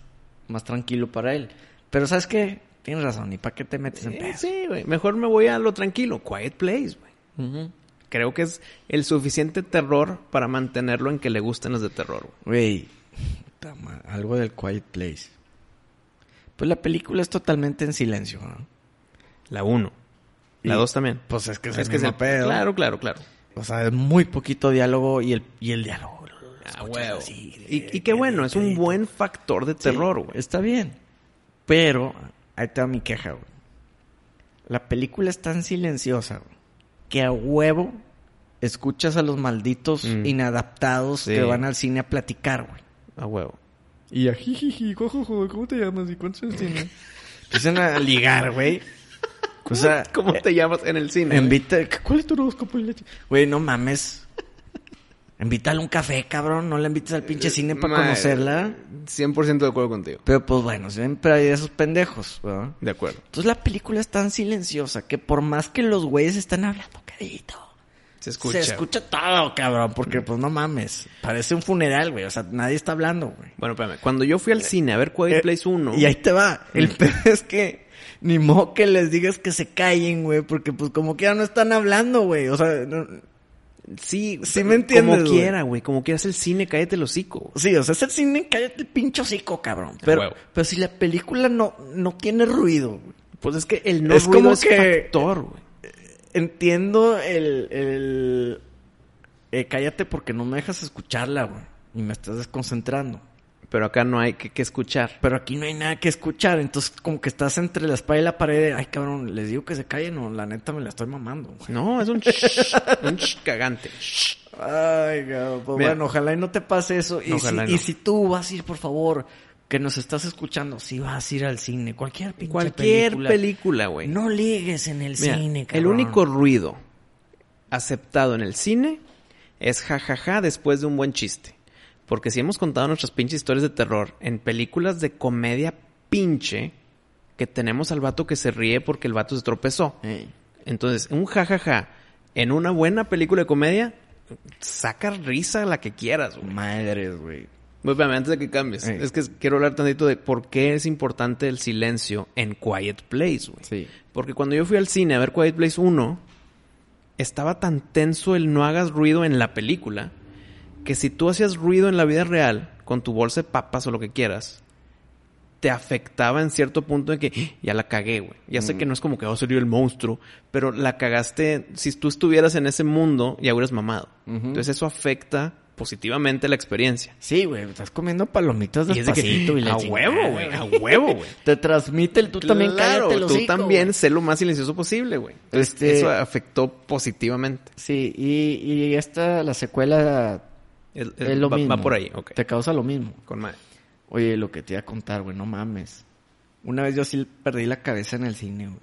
[SPEAKER 1] más tranquilo para él. Pero ¿sabes qué? Tienes razón, ¿y para qué te metes en
[SPEAKER 3] Eh,
[SPEAKER 1] pedo?
[SPEAKER 3] sí, güey. Mejor me voy a lo tranquilo. Quiet Place, güey.
[SPEAKER 1] Ujú.
[SPEAKER 3] Creo que es el suficiente terror para mantenerlo en que le gusten las de terror, güey.
[SPEAKER 1] Güey, puta ma- algo del Quiet Place. Pues la película es totalmente en silencio, ¿no?
[SPEAKER 3] La 1. La
[SPEAKER 1] Y-
[SPEAKER 3] 2 también.
[SPEAKER 1] Pues es que es el
[SPEAKER 3] el-
[SPEAKER 1] mismo pedo.
[SPEAKER 3] Claro, claro, claro.
[SPEAKER 1] O sea, es muy poquito diálogo y el, y el diálogo. lo- lo
[SPEAKER 3] Ah,
[SPEAKER 1] escuchas
[SPEAKER 3] huevo.
[SPEAKER 1] así,
[SPEAKER 3] Y, y qué bueno, es un
[SPEAKER 1] gritadito.
[SPEAKER 3] buen factor de
[SPEAKER 1] Sí,
[SPEAKER 3] terror, güey.
[SPEAKER 1] Está bien. Pero, ahí está mi queja, güey. La película es tan silenciosa, güey, que a huevo escuchas a los malditos
[SPEAKER 3] Mm.
[SPEAKER 1] inadaptados
[SPEAKER 3] Sí.
[SPEAKER 1] que van al cine a platicar, güey.
[SPEAKER 3] A huevo.
[SPEAKER 1] Y a jijiji, jojojo, ¿cómo te llamas y cuántos años tienes? Empiezan a ligar, güey. O sea,
[SPEAKER 3] ¿Cómo te llamas en el cine?
[SPEAKER 1] invita, ¿cuál es tu horóscopo? Y la chi- Güey, no mames. Invítale un café, cabrón. No la invites al pinche cine para
[SPEAKER 3] Eh, Madre,
[SPEAKER 1] conocerla.
[SPEAKER 3] 100% de acuerdo contigo.
[SPEAKER 1] Pero pues bueno, siempre hay esos pendejos, ¿verdad?
[SPEAKER 3] De acuerdo.
[SPEAKER 1] Entonces la película es tan silenciosa que por más que los güeyes están hablando quedito,
[SPEAKER 3] Se escucha.
[SPEAKER 1] se escucha todo, cabrón. Porque pues no mames. Parece un funeral, güey. O sea, nadie está hablando, güey.
[SPEAKER 3] Bueno, espérame. Cuando yo fui al cine a ver Quiet
[SPEAKER 1] Eh,
[SPEAKER 3] Place 1...
[SPEAKER 1] Y ahí te va. El
[SPEAKER 3] Mm.
[SPEAKER 1] pedo es que ni modo que les digas que se callen, güey, porque pues como quiera no están hablando, güey. O sea, no-
[SPEAKER 3] Sí,
[SPEAKER 1] Sí me entiendes,
[SPEAKER 3] Como
[SPEAKER 1] güey.
[SPEAKER 3] quiera, güey. Como quieras el cine, cállate el hocico.
[SPEAKER 1] sí, o sea, es el cine, cállate el pinche hocico, cabrón. Pero,
[SPEAKER 3] huevo.
[SPEAKER 1] pero si la película no, no tiene ruido, güey.
[SPEAKER 3] Pues es que el no
[SPEAKER 1] Es
[SPEAKER 3] ruido
[SPEAKER 1] como
[SPEAKER 3] es
[SPEAKER 1] que-
[SPEAKER 3] factor, güey.
[SPEAKER 1] entiendo el, el eh, cállate porque no me dejas escucharla, güey. Y me estás desconcentrando.
[SPEAKER 3] Pero acá no hay que, que escuchar.
[SPEAKER 1] Pero aquí no hay nada que escuchar, entonces como que estás entre la espada y la pared. de, Ay, cabrón, les digo que se callen o la neta me la estoy mamando. güey".
[SPEAKER 3] No, es un shh, un shh cagante.
[SPEAKER 1] Ay, cabrón, pues
[SPEAKER 3] Mira.
[SPEAKER 1] bueno, ojalá y no te pase eso. Y,
[SPEAKER 3] Ojalá
[SPEAKER 1] si,
[SPEAKER 3] y no.
[SPEAKER 1] y si tú vas a ir, por favor, que nos estás escuchando, si vas a ir al cine, cualquier pinche
[SPEAKER 3] Cualquier
[SPEAKER 1] película,
[SPEAKER 3] película, güey.
[SPEAKER 1] no ligues en el
[SPEAKER 3] pues. Mira,
[SPEAKER 1] cine,
[SPEAKER 3] el
[SPEAKER 1] cabrón.
[SPEAKER 3] único ruido aceptado en el cine es jajaja después de un buen chiste. Porque si hemos contado nuestras pinches historias de terror en películas de comedia pinche, que tenemos al vato que se ríe porque el vato se tropezó.
[SPEAKER 1] Ey.
[SPEAKER 3] Entonces, un jajaja en una buena película de comedia, saca risa la que quieras, güey.
[SPEAKER 1] Madres, güey.
[SPEAKER 3] Bueno, espérame, antes de que cambies,
[SPEAKER 1] Eh.
[SPEAKER 3] es que quiero hablar tantito de por qué es importante el silencio en Quiet Place, güey.
[SPEAKER 1] Sí.
[SPEAKER 3] Porque cuando yo fui al cine a ver Quiet Place 1, estaba tan tenso el no hagas ruido en la película, que si tú hacías ruido en la vida real, con tu bolsa de papas o lo que quieras, te afectaba en cierto punto de que "Ah, ya la cagué, güey. Ya
[SPEAKER 1] Mm.
[SPEAKER 3] sé que no es como que va a salir el monstruo, pero la cagaste si tú estuvieras en ese mundo ya hubieras mamado.
[SPEAKER 1] Ujú.
[SPEAKER 3] Entonces eso afecta positivamente la experiencia.
[SPEAKER 1] Sí, güey, estás comiendo palomitas
[SPEAKER 3] Y es de que,
[SPEAKER 1] despacito y la
[SPEAKER 3] a
[SPEAKER 1] chingada,
[SPEAKER 3] huevo, güey, a huevo, güey.
[SPEAKER 1] Te transmite el tú también
[SPEAKER 3] Claro,
[SPEAKER 1] cállate el
[SPEAKER 3] tú
[SPEAKER 1] hocico,
[SPEAKER 3] también
[SPEAKER 1] güey.
[SPEAKER 3] sé lo más silencioso posible, güey.
[SPEAKER 1] Este-
[SPEAKER 3] Eso afectó positivamente.
[SPEAKER 1] Sí, y, y esta, la secuela,
[SPEAKER 3] El- el-
[SPEAKER 1] es lo
[SPEAKER 3] va,
[SPEAKER 1] mismo.
[SPEAKER 3] va por ahí, ok.
[SPEAKER 1] Te causa lo mismo.
[SPEAKER 3] Con madre.
[SPEAKER 1] Oye, lo que te iba a contar, güey, no mames. Una vez yo sí perdí la cabeza en el cine, güey.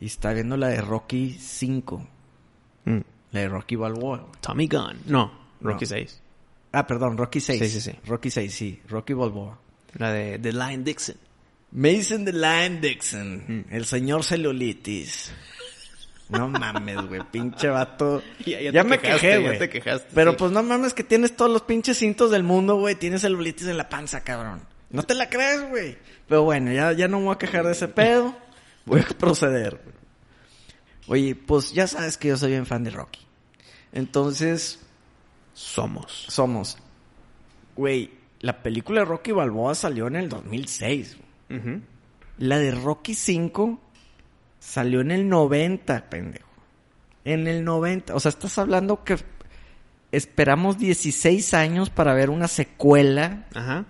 [SPEAKER 1] Y estaba viendo la de Rocky 5.
[SPEAKER 3] Mm.
[SPEAKER 1] La de Rocky Balboa, güey.
[SPEAKER 3] Tommy Gunn. No, Rocky
[SPEAKER 1] No.
[SPEAKER 3] 6.
[SPEAKER 1] Ah, perdón, Rocky 6.
[SPEAKER 3] Sí, sí, sí.
[SPEAKER 1] Rocky 6, sí. Rocky Balboa.
[SPEAKER 3] La de The Lion Dixon.
[SPEAKER 1] Mason the Lion Dixon.
[SPEAKER 3] Mm.
[SPEAKER 1] El señor celulitis. No mames, güey, pinche vato.
[SPEAKER 3] Ya- ya te quejaste, ya te quejaste,
[SPEAKER 1] Pero
[SPEAKER 3] sí.
[SPEAKER 1] pues no mames que tienes todos los pinches cintos del mundo, güey. Tienes celulitis en la panza, cabrón. No te la crees, güey. Pero bueno, ya, ya no me voy a quejar de ese pedo. Voy a proceder. güey. Oye, pues ya sabes que yo soy bien fan de Rocky. Entonces,
[SPEAKER 3] Somos.
[SPEAKER 1] somos. Güey, la película de Rocky Balboa salió en el 2006. güey.
[SPEAKER 3] Ujú.
[SPEAKER 1] La de Rocky 5 salió en el 90, pendejo. En el 90. O sea, estás hablando que esperamos 16 años para ver una secuela
[SPEAKER 3] Ajá.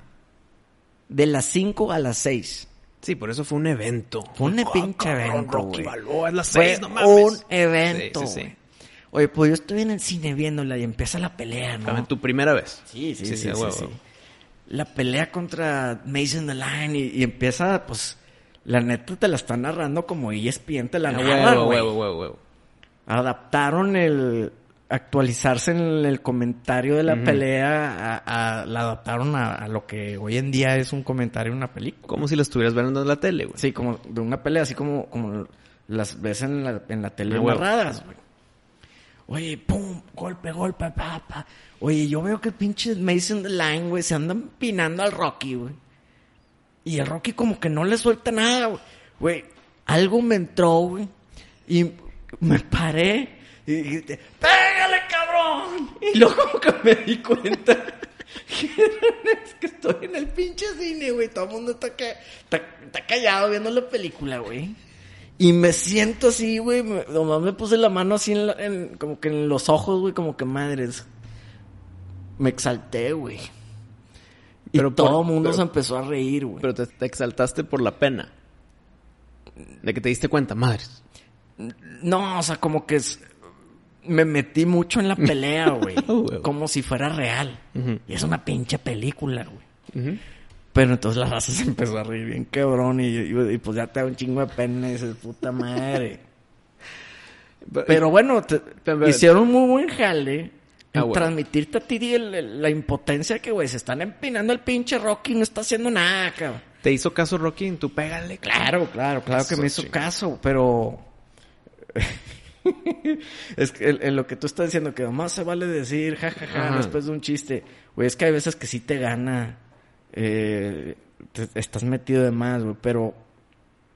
[SPEAKER 1] de las 5 a las 6.
[SPEAKER 3] Sí, por eso fue un evento.
[SPEAKER 1] Fue un
[SPEAKER 3] Ah,
[SPEAKER 1] pinche
[SPEAKER 3] cabrón,
[SPEAKER 1] evento,
[SPEAKER 3] Rocky
[SPEAKER 1] güey.
[SPEAKER 3] Balboa es la
[SPEAKER 1] Fue
[SPEAKER 3] 6, no
[SPEAKER 1] un
[SPEAKER 3] mames.
[SPEAKER 1] evento.
[SPEAKER 3] Sí, sí, sí.
[SPEAKER 1] güey. Oye, pues yo estoy en el cine viéndola y empieza la pelea, ¿no?
[SPEAKER 3] Espérame, Tu primera vez.
[SPEAKER 1] Sí, sí, sí, sí,
[SPEAKER 3] a huevo.
[SPEAKER 1] sí. La pelea contra Mason the Lion y, y empieza, pues, la neta te la está narrando como ESPN te la
[SPEAKER 3] A
[SPEAKER 1] narra,
[SPEAKER 3] huevo,
[SPEAKER 1] güey.
[SPEAKER 3] huevo, huevo, huevo.
[SPEAKER 1] Adaptaron el actualizarse en el, el comentario de la pelea, a, a- la adaptaron a, a lo que hoy en día es un comentario de una película.
[SPEAKER 3] Como si lo estuvieras viendo en la tele, güey.
[SPEAKER 1] Sí, como de una pelea, así como, como las ves en la, en la tele
[SPEAKER 3] Ah, huevo.
[SPEAKER 1] narradas, güey. Oye, pum, golpe, golpe, pa, pa. Oye, yo veo que pinches Mason the Line, güey, se andan pinando al Rocky, güey. Y el Rocky como que no le suelta nada, güey. Güey, algo me entró, güey. Y me paré y grité, ¡pégale, cabrón! Y luego como que me di cuenta que era- es que estoy en el pinche cine, güey. Todo el mundo está, ca- está, está callado viendo la película, güey. Y me siento así, güey. me- Nomás me puse la mano así en, la- en- como que en los ojos, güey. Como que madres. Me exalté, güey. Y
[SPEAKER 3] Pero por-
[SPEAKER 1] todo el mundo
[SPEAKER 3] pero-
[SPEAKER 1] se empezó a reír, güey.
[SPEAKER 3] Pero te, te exaltaste por la pena. De que te diste cuenta, madres.
[SPEAKER 1] No, o sea, como que es- me metí mucho en la pelea, güey.
[SPEAKER 3] Huevo.
[SPEAKER 1] como si fuera real. Y es una pinche película, güey.
[SPEAKER 3] Ujú.
[SPEAKER 1] Pero entonces la raza se empezó a reír bien cabrón y, y- y pues ya te da un chingo de pena y dices, puta madre. Pero bueno, te-
[SPEAKER 3] pero-
[SPEAKER 1] hicieron muy buen jale
[SPEAKER 3] Ah, bueno.
[SPEAKER 1] transmitirte a ti el- el- la impotencia que, güey, se están empinando el pinche Rocky y no está haciendo nada, cabrón.
[SPEAKER 3] ¿Te hizo caso Rocky? Tú pégale,
[SPEAKER 1] Claro, claro, claro que
[SPEAKER 3] Eso
[SPEAKER 1] me hizo
[SPEAKER 3] chingón.
[SPEAKER 1] caso, pero... es que en, en lo que tú estás diciendo, que nomás se vale decir jajaja
[SPEAKER 3] Ajá.
[SPEAKER 1] después de un chiste. Güey, es que hay veces que sí te gana. eh, te- estás metido de más, güey, pero...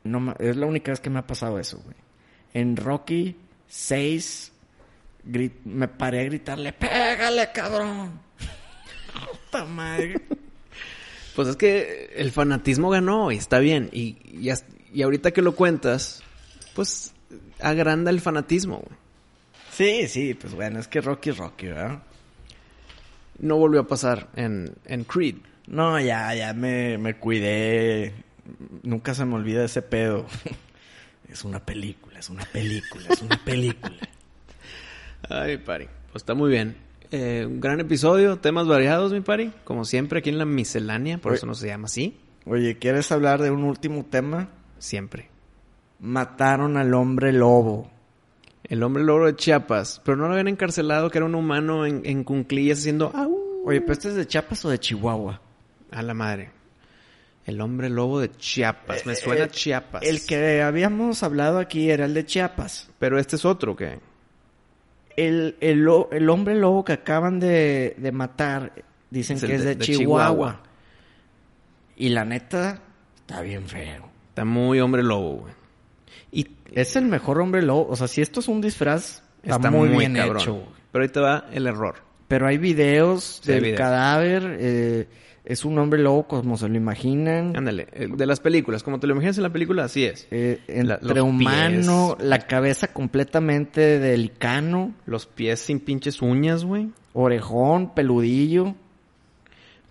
[SPEAKER 1] No, ma- es la única vez que me ha pasado eso, güey. En Rocky 6 gri- me paré a gritarle, pégale, cabrón. Puta madre.
[SPEAKER 3] Pues es que el fanatismo ganó y está bien. Y, y, as- y ahorita que lo cuentas, pues agranda el fanatismo. güey.
[SPEAKER 1] sí, sí, pues bueno, es que Rocky es Rocky, ¿verdad?
[SPEAKER 3] No volvió a pasar en, en Creed.
[SPEAKER 1] No, ya, ya me, me cuidé. Nunca se me olvida ese pedo. Es una película, es una película, es una película.
[SPEAKER 3] Ay, mi pari. Pues está muy bien. Eh, un gran episodio, temas variados, mi pari. Como siempre, aquí en la miscelánea, por
[SPEAKER 1] Oye.
[SPEAKER 3] eso no se llama así.
[SPEAKER 1] Oye, ¿quieres hablar de un último tema?
[SPEAKER 3] Siempre.
[SPEAKER 1] Mataron al hombre lobo.
[SPEAKER 3] El hombre loro de Chiapas. Pero no lo habían encarcelado, que era un humano en, en cunclillas haciendo ¡Au!
[SPEAKER 1] Oye, ¿pero este es de Chiapas o de Chihuahua?
[SPEAKER 3] A la madre. El hombre lobo de Chiapas. Pues Me suena
[SPEAKER 1] Eh,
[SPEAKER 3] a Chiapas.
[SPEAKER 1] El que habíamos hablado aquí era el de Chiapas.
[SPEAKER 3] Pero este es otro, que
[SPEAKER 1] El, el, lo- el hombre lobo que acaban de, de matar dicen
[SPEAKER 3] Es el
[SPEAKER 1] que es
[SPEAKER 3] de-
[SPEAKER 1] de,
[SPEAKER 3] de
[SPEAKER 1] Chihuahua.
[SPEAKER 3] Chihuahua.
[SPEAKER 1] Y la neta, está bien feo.
[SPEAKER 3] Está muy hombre lobo, güey. Y
[SPEAKER 1] Es el mejor hombre lobo. O sea, si esto es un disfraz, está,
[SPEAKER 3] está
[SPEAKER 1] muy, bien
[SPEAKER 3] cabrón.
[SPEAKER 1] hecho. güey.
[SPEAKER 3] Pero ahí te va el error.
[SPEAKER 1] Pero hay videos
[SPEAKER 3] Sí, hay
[SPEAKER 1] del
[SPEAKER 3] videos.
[SPEAKER 1] cadáver. eh, es un hombre lobo como se lo imaginan.
[SPEAKER 3] Ándale, eh, de las películas, como te lo imaginas en la película, así es.
[SPEAKER 1] Eh,
[SPEAKER 3] La- los
[SPEAKER 1] entre humano, la cabeza completamente de licano,
[SPEAKER 3] Los pies sin pinches uñas, güey.
[SPEAKER 1] orejón, peludillo.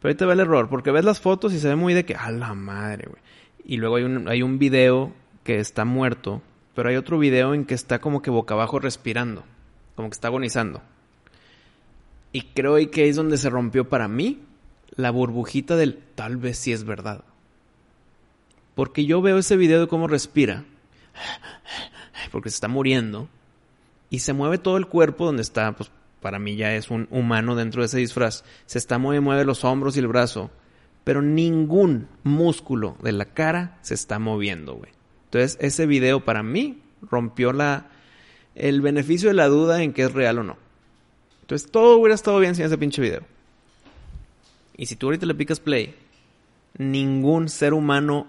[SPEAKER 3] Pero ahí te va el error, porque ves las fotos y se ve muy de que, a la madre, güey. Y luego hay un, hay un video que está muerto, pero hay otro video en que está como que boca abajo respirando, como que está agonizando. Y creo ahí que es donde se rompió para mí la burbujita del tal vez sí es verdad. Porque yo veo ese video de cómo respira, porque se está muriendo, y se mueve todo el cuerpo donde está, pues para mí ya es un humano dentro de ese disfraz. Se está mueve, mueve los hombros y el brazo, pero ningún músculo de la cara se está moviendo, güey. Entonces, ese video para mí rompió la el beneficio de la duda en que es real o no. Entonces, todo hubiera estado bien sin ese pinche video. Y si tú ahorita le picas play, ningún ser humano,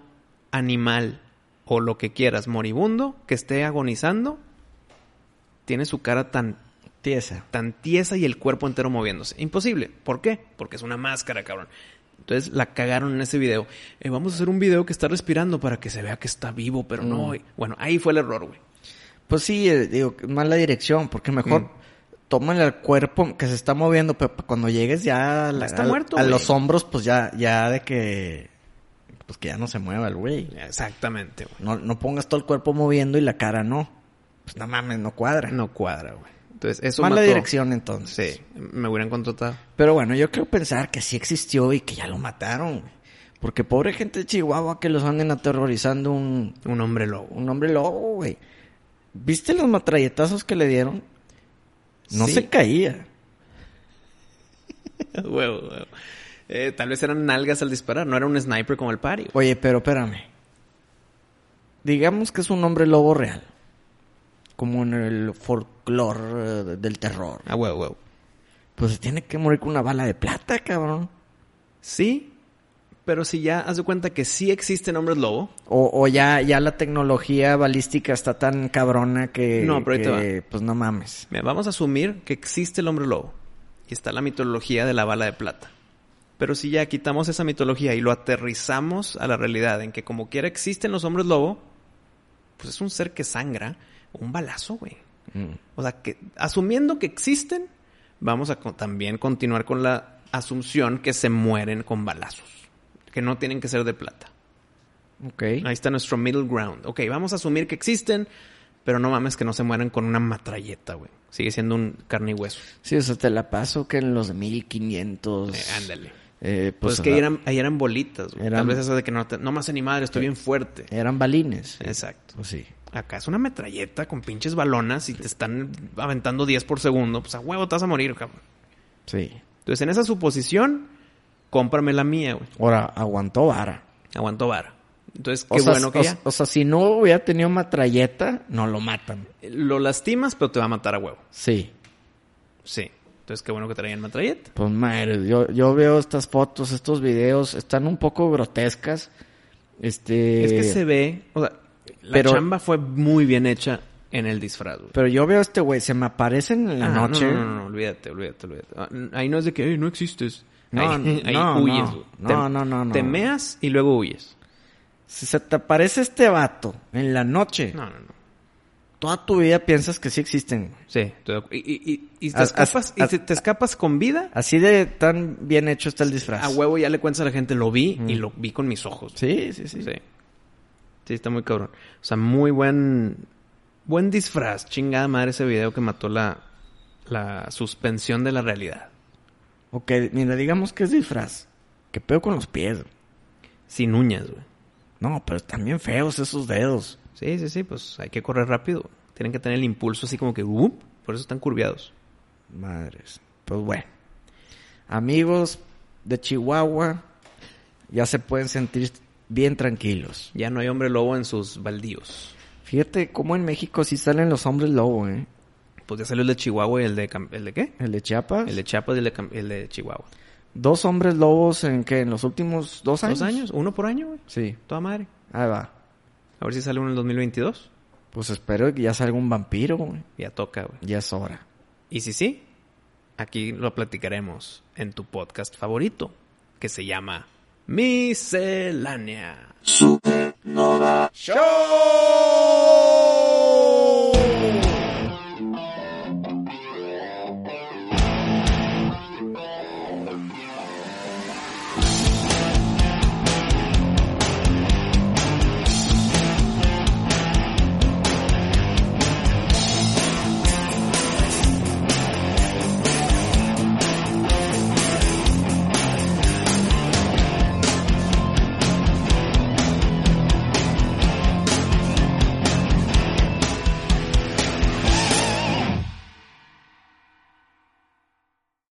[SPEAKER 3] animal o lo que quieras, moribundo, que esté agonizando, tiene su cara tan
[SPEAKER 1] Tiesa.
[SPEAKER 3] tan tiesa y el cuerpo entero moviéndose. Imposible. ¿Por qué? Porque es una máscara, cabrón. Entonces la cagaron en ese video. Eh, vamos a hacer un video que está respirando para que se vea que está vivo, pero no.
[SPEAKER 1] Mm.
[SPEAKER 3] y- Bueno, ahí fue el error, güey.
[SPEAKER 1] Pues sí, eh, digo, mala dirección, porque mejor
[SPEAKER 3] Mm.
[SPEAKER 1] tómale al cuerpo que se está moviendo, pero pa- cuando llegues ya a, la-
[SPEAKER 3] está
[SPEAKER 1] a-
[SPEAKER 3] muerto,
[SPEAKER 1] a
[SPEAKER 3] güey.
[SPEAKER 1] los hombros, pues ya, ya de que, pues que ya no se mueva el güey.
[SPEAKER 3] Exactamente, güey.
[SPEAKER 1] No, no pongas todo el cuerpo moviendo y la cara no. Pues no mames, no cuadra.
[SPEAKER 3] No cuadra, güey. Entonces eso
[SPEAKER 1] Mala
[SPEAKER 3] mató.
[SPEAKER 1] dirección entonces.
[SPEAKER 3] Sí, me hubieran contratado.
[SPEAKER 1] Pero bueno, yo quiero pensar que sí existió y que ya lo mataron. güey. Porque pobre gente de Chihuahua que los anden aterrorizando un,
[SPEAKER 3] Un hombre lobo.
[SPEAKER 1] un hombre lobo, güey. ¿Viste los matralletazos que le dieron? No
[SPEAKER 3] Sí.
[SPEAKER 1] se caía.
[SPEAKER 3] Huevo, huevo. Eh, tal vez eran nalgas al disparar, no era un sniper como el pari. güey.
[SPEAKER 1] Oye, pero espérame. Digamos que es un hombre lobo real. Como en el folclore eh, del terror.
[SPEAKER 3] Ah, huevo, huevo.
[SPEAKER 1] Pues se tiene que morir con una bala de plata, cabrón.
[SPEAKER 3] Sí, pero si ya has de cuenta que sí existen hombres lobo,
[SPEAKER 1] O, o ya, ya la tecnología balística está tan cabrona que...
[SPEAKER 3] No, pero ahí te
[SPEAKER 1] que, Pues no mames.
[SPEAKER 3] Mira, vamos a asumir que existe el hombre lobo y está la mitología de la bala de plata. Pero si ya quitamos esa mitología y lo aterrizamos a la realidad en que como quiera existen los hombres lobo, pues es un ser que sangra un balazo, güey.
[SPEAKER 1] Mm,
[SPEAKER 3] O sea, que asumiendo que existen, vamos a co- también continuar con la asunción que se mueren con balazos, que no tienen que ser de plata.
[SPEAKER 1] Ok.
[SPEAKER 3] Ahí está nuestro middle ground. Ok, vamos a asumir que existen, pero no mames que no se mueran con una matralleta, güey. Sigue siendo un carne y hueso.
[SPEAKER 1] Sí, o sea, te la paso que en los 1500...
[SPEAKER 3] Eh, ándale.
[SPEAKER 1] eh, pues
[SPEAKER 3] Pues, es que
[SPEAKER 1] la-
[SPEAKER 3] ahí eran, ahí eran bolitas, güey.
[SPEAKER 1] Eran-
[SPEAKER 3] Tal vez eso de que no, te- no más ni madre, estoy bien fuerte.
[SPEAKER 1] eran balines.
[SPEAKER 3] Exacto.
[SPEAKER 1] Pues sí.
[SPEAKER 3] Acá es una metralleta con pinches balonas y te están aventando 10 por segundo. Pues a huevo te vas a morir, cabrón.
[SPEAKER 1] Sí.
[SPEAKER 3] Entonces, en esa suposición, cómprame la mía, güey.
[SPEAKER 1] Ahora, aguantó vara.
[SPEAKER 3] Aguantó vara. Entonces, qué
[SPEAKER 1] O sea,
[SPEAKER 3] bueno que
[SPEAKER 1] o-
[SPEAKER 3] ya.
[SPEAKER 1] o sea, si no hubiera tenido matralleta, no lo matan.
[SPEAKER 3] Lo lastimas, pero te va a matar a huevo.
[SPEAKER 1] Sí.
[SPEAKER 3] Sí. Entonces, qué bueno que traían metralleta.
[SPEAKER 1] Pues madre, yo, yo veo estas fotos, estos videos, están un poco grotescas. Este.
[SPEAKER 3] es que se ve, o sea, la
[SPEAKER 1] pero-
[SPEAKER 3] chamba fue muy bien hecha en el disfraz, güey.
[SPEAKER 1] Pero yo veo a este güey, se me aparecen en la
[SPEAKER 3] Ah, no,
[SPEAKER 1] noche.
[SPEAKER 3] No, no, no, olvídate, olvídate, olvídate. Ah, n- Ahí no es de que "Ey, no existes.
[SPEAKER 1] No,
[SPEAKER 3] ahí, ahí
[SPEAKER 1] no,
[SPEAKER 3] huyes,
[SPEAKER 1] no.
[SPEAKER 3] güey.
[SPEAKER 1] No,
[SPEAKER 3] Te-
[SPEAKER 1] no, no, no.
[SPEAKER 3] Te meas y luego huyes.
[SPEAKER 1] Si se te aparece este vato en la noche,
[SPEAKER 3] No, no, no.
[SPEAKER 1] toda tu vida piensas que sí existen.
[SPEAKER 3] Sí, estoy de acu- y, y- y- y te
[SPEAKER 1] Haz- haz-
[SPEAKER 3] escapas, y
[SPEAKER 1] haz-
[SPEAKER 3] te, te escapas con vida.
[SPEAKER 1] Así de tan bien hecho está el disfraz.
[SPEAKER 3] A huevo ya le cuentas a la gente, lo vi y lo vi con mis ojos.
[SPEAKER 1] Mm. Sí, sí, sí.
[SPEAKER 3] Sí. Sí, está muy cabrón. O sea, muy buen. Buen disfraz. Chingada madre ese video que mató la. La suspensión de la realidad.
[SPEAKER 1] Ok, mira, digamos que es disfraz. Que pedo con los pies. güey.
[SPEAKER 3] Sin uñas, güey.
[SPEAKER 1] No, pero están bien feos esos dedos.
[SPEAKER 3] Sí, sí, sí. Pues hay que correr rápido. Tienen que tener el impulso así como que. ¡wup! por eso están curviados.
[SPEAKER 1] Madres. Pues bueno. Amigos de Chihuahua, ya se pueden sentir bien tranquilos.
[SPEAKER 3] Ya no hay hombre lobo en sus baldíos.
[SPEAKER 1] Fíjate cómo en México sí salen los hombres lobo, ¿eh?
[SPEAKER 3] Pues ya salió el de Chihuahua y el de. Cam- ¿El de qué?
[SPEAKER 1] El de Chiapas.
[SPEAKER 3] El de Chiapas y el de, Cam- el de Chihuahua.
[SPEAKER 1] Dos hombres lobos en que en los últimos dos años.
[SPEAKER 3] ¿Dos años? ¿Uno por año, güey?
[SPEAKER 1] Sí.
[SPEAKER 3] Toda madre.
[SPEAKER 1] Ahí va.
[SPEAKER 3] A ver si sale uno en el 2022.
[SPEAKER 1] Pues espero que ya salga un vampiro, güey.
[SPEAKER 3] Ya toca, güey.
[SPEAKER 1] Ya es hora.
[SPEAKER 3] Y si sí, aquí lo platicaremos en tu podcast favorito, que se llama Miscelánea.
[SPEAKER 2] Supernova.
[SPEAKER 1] ¡Show!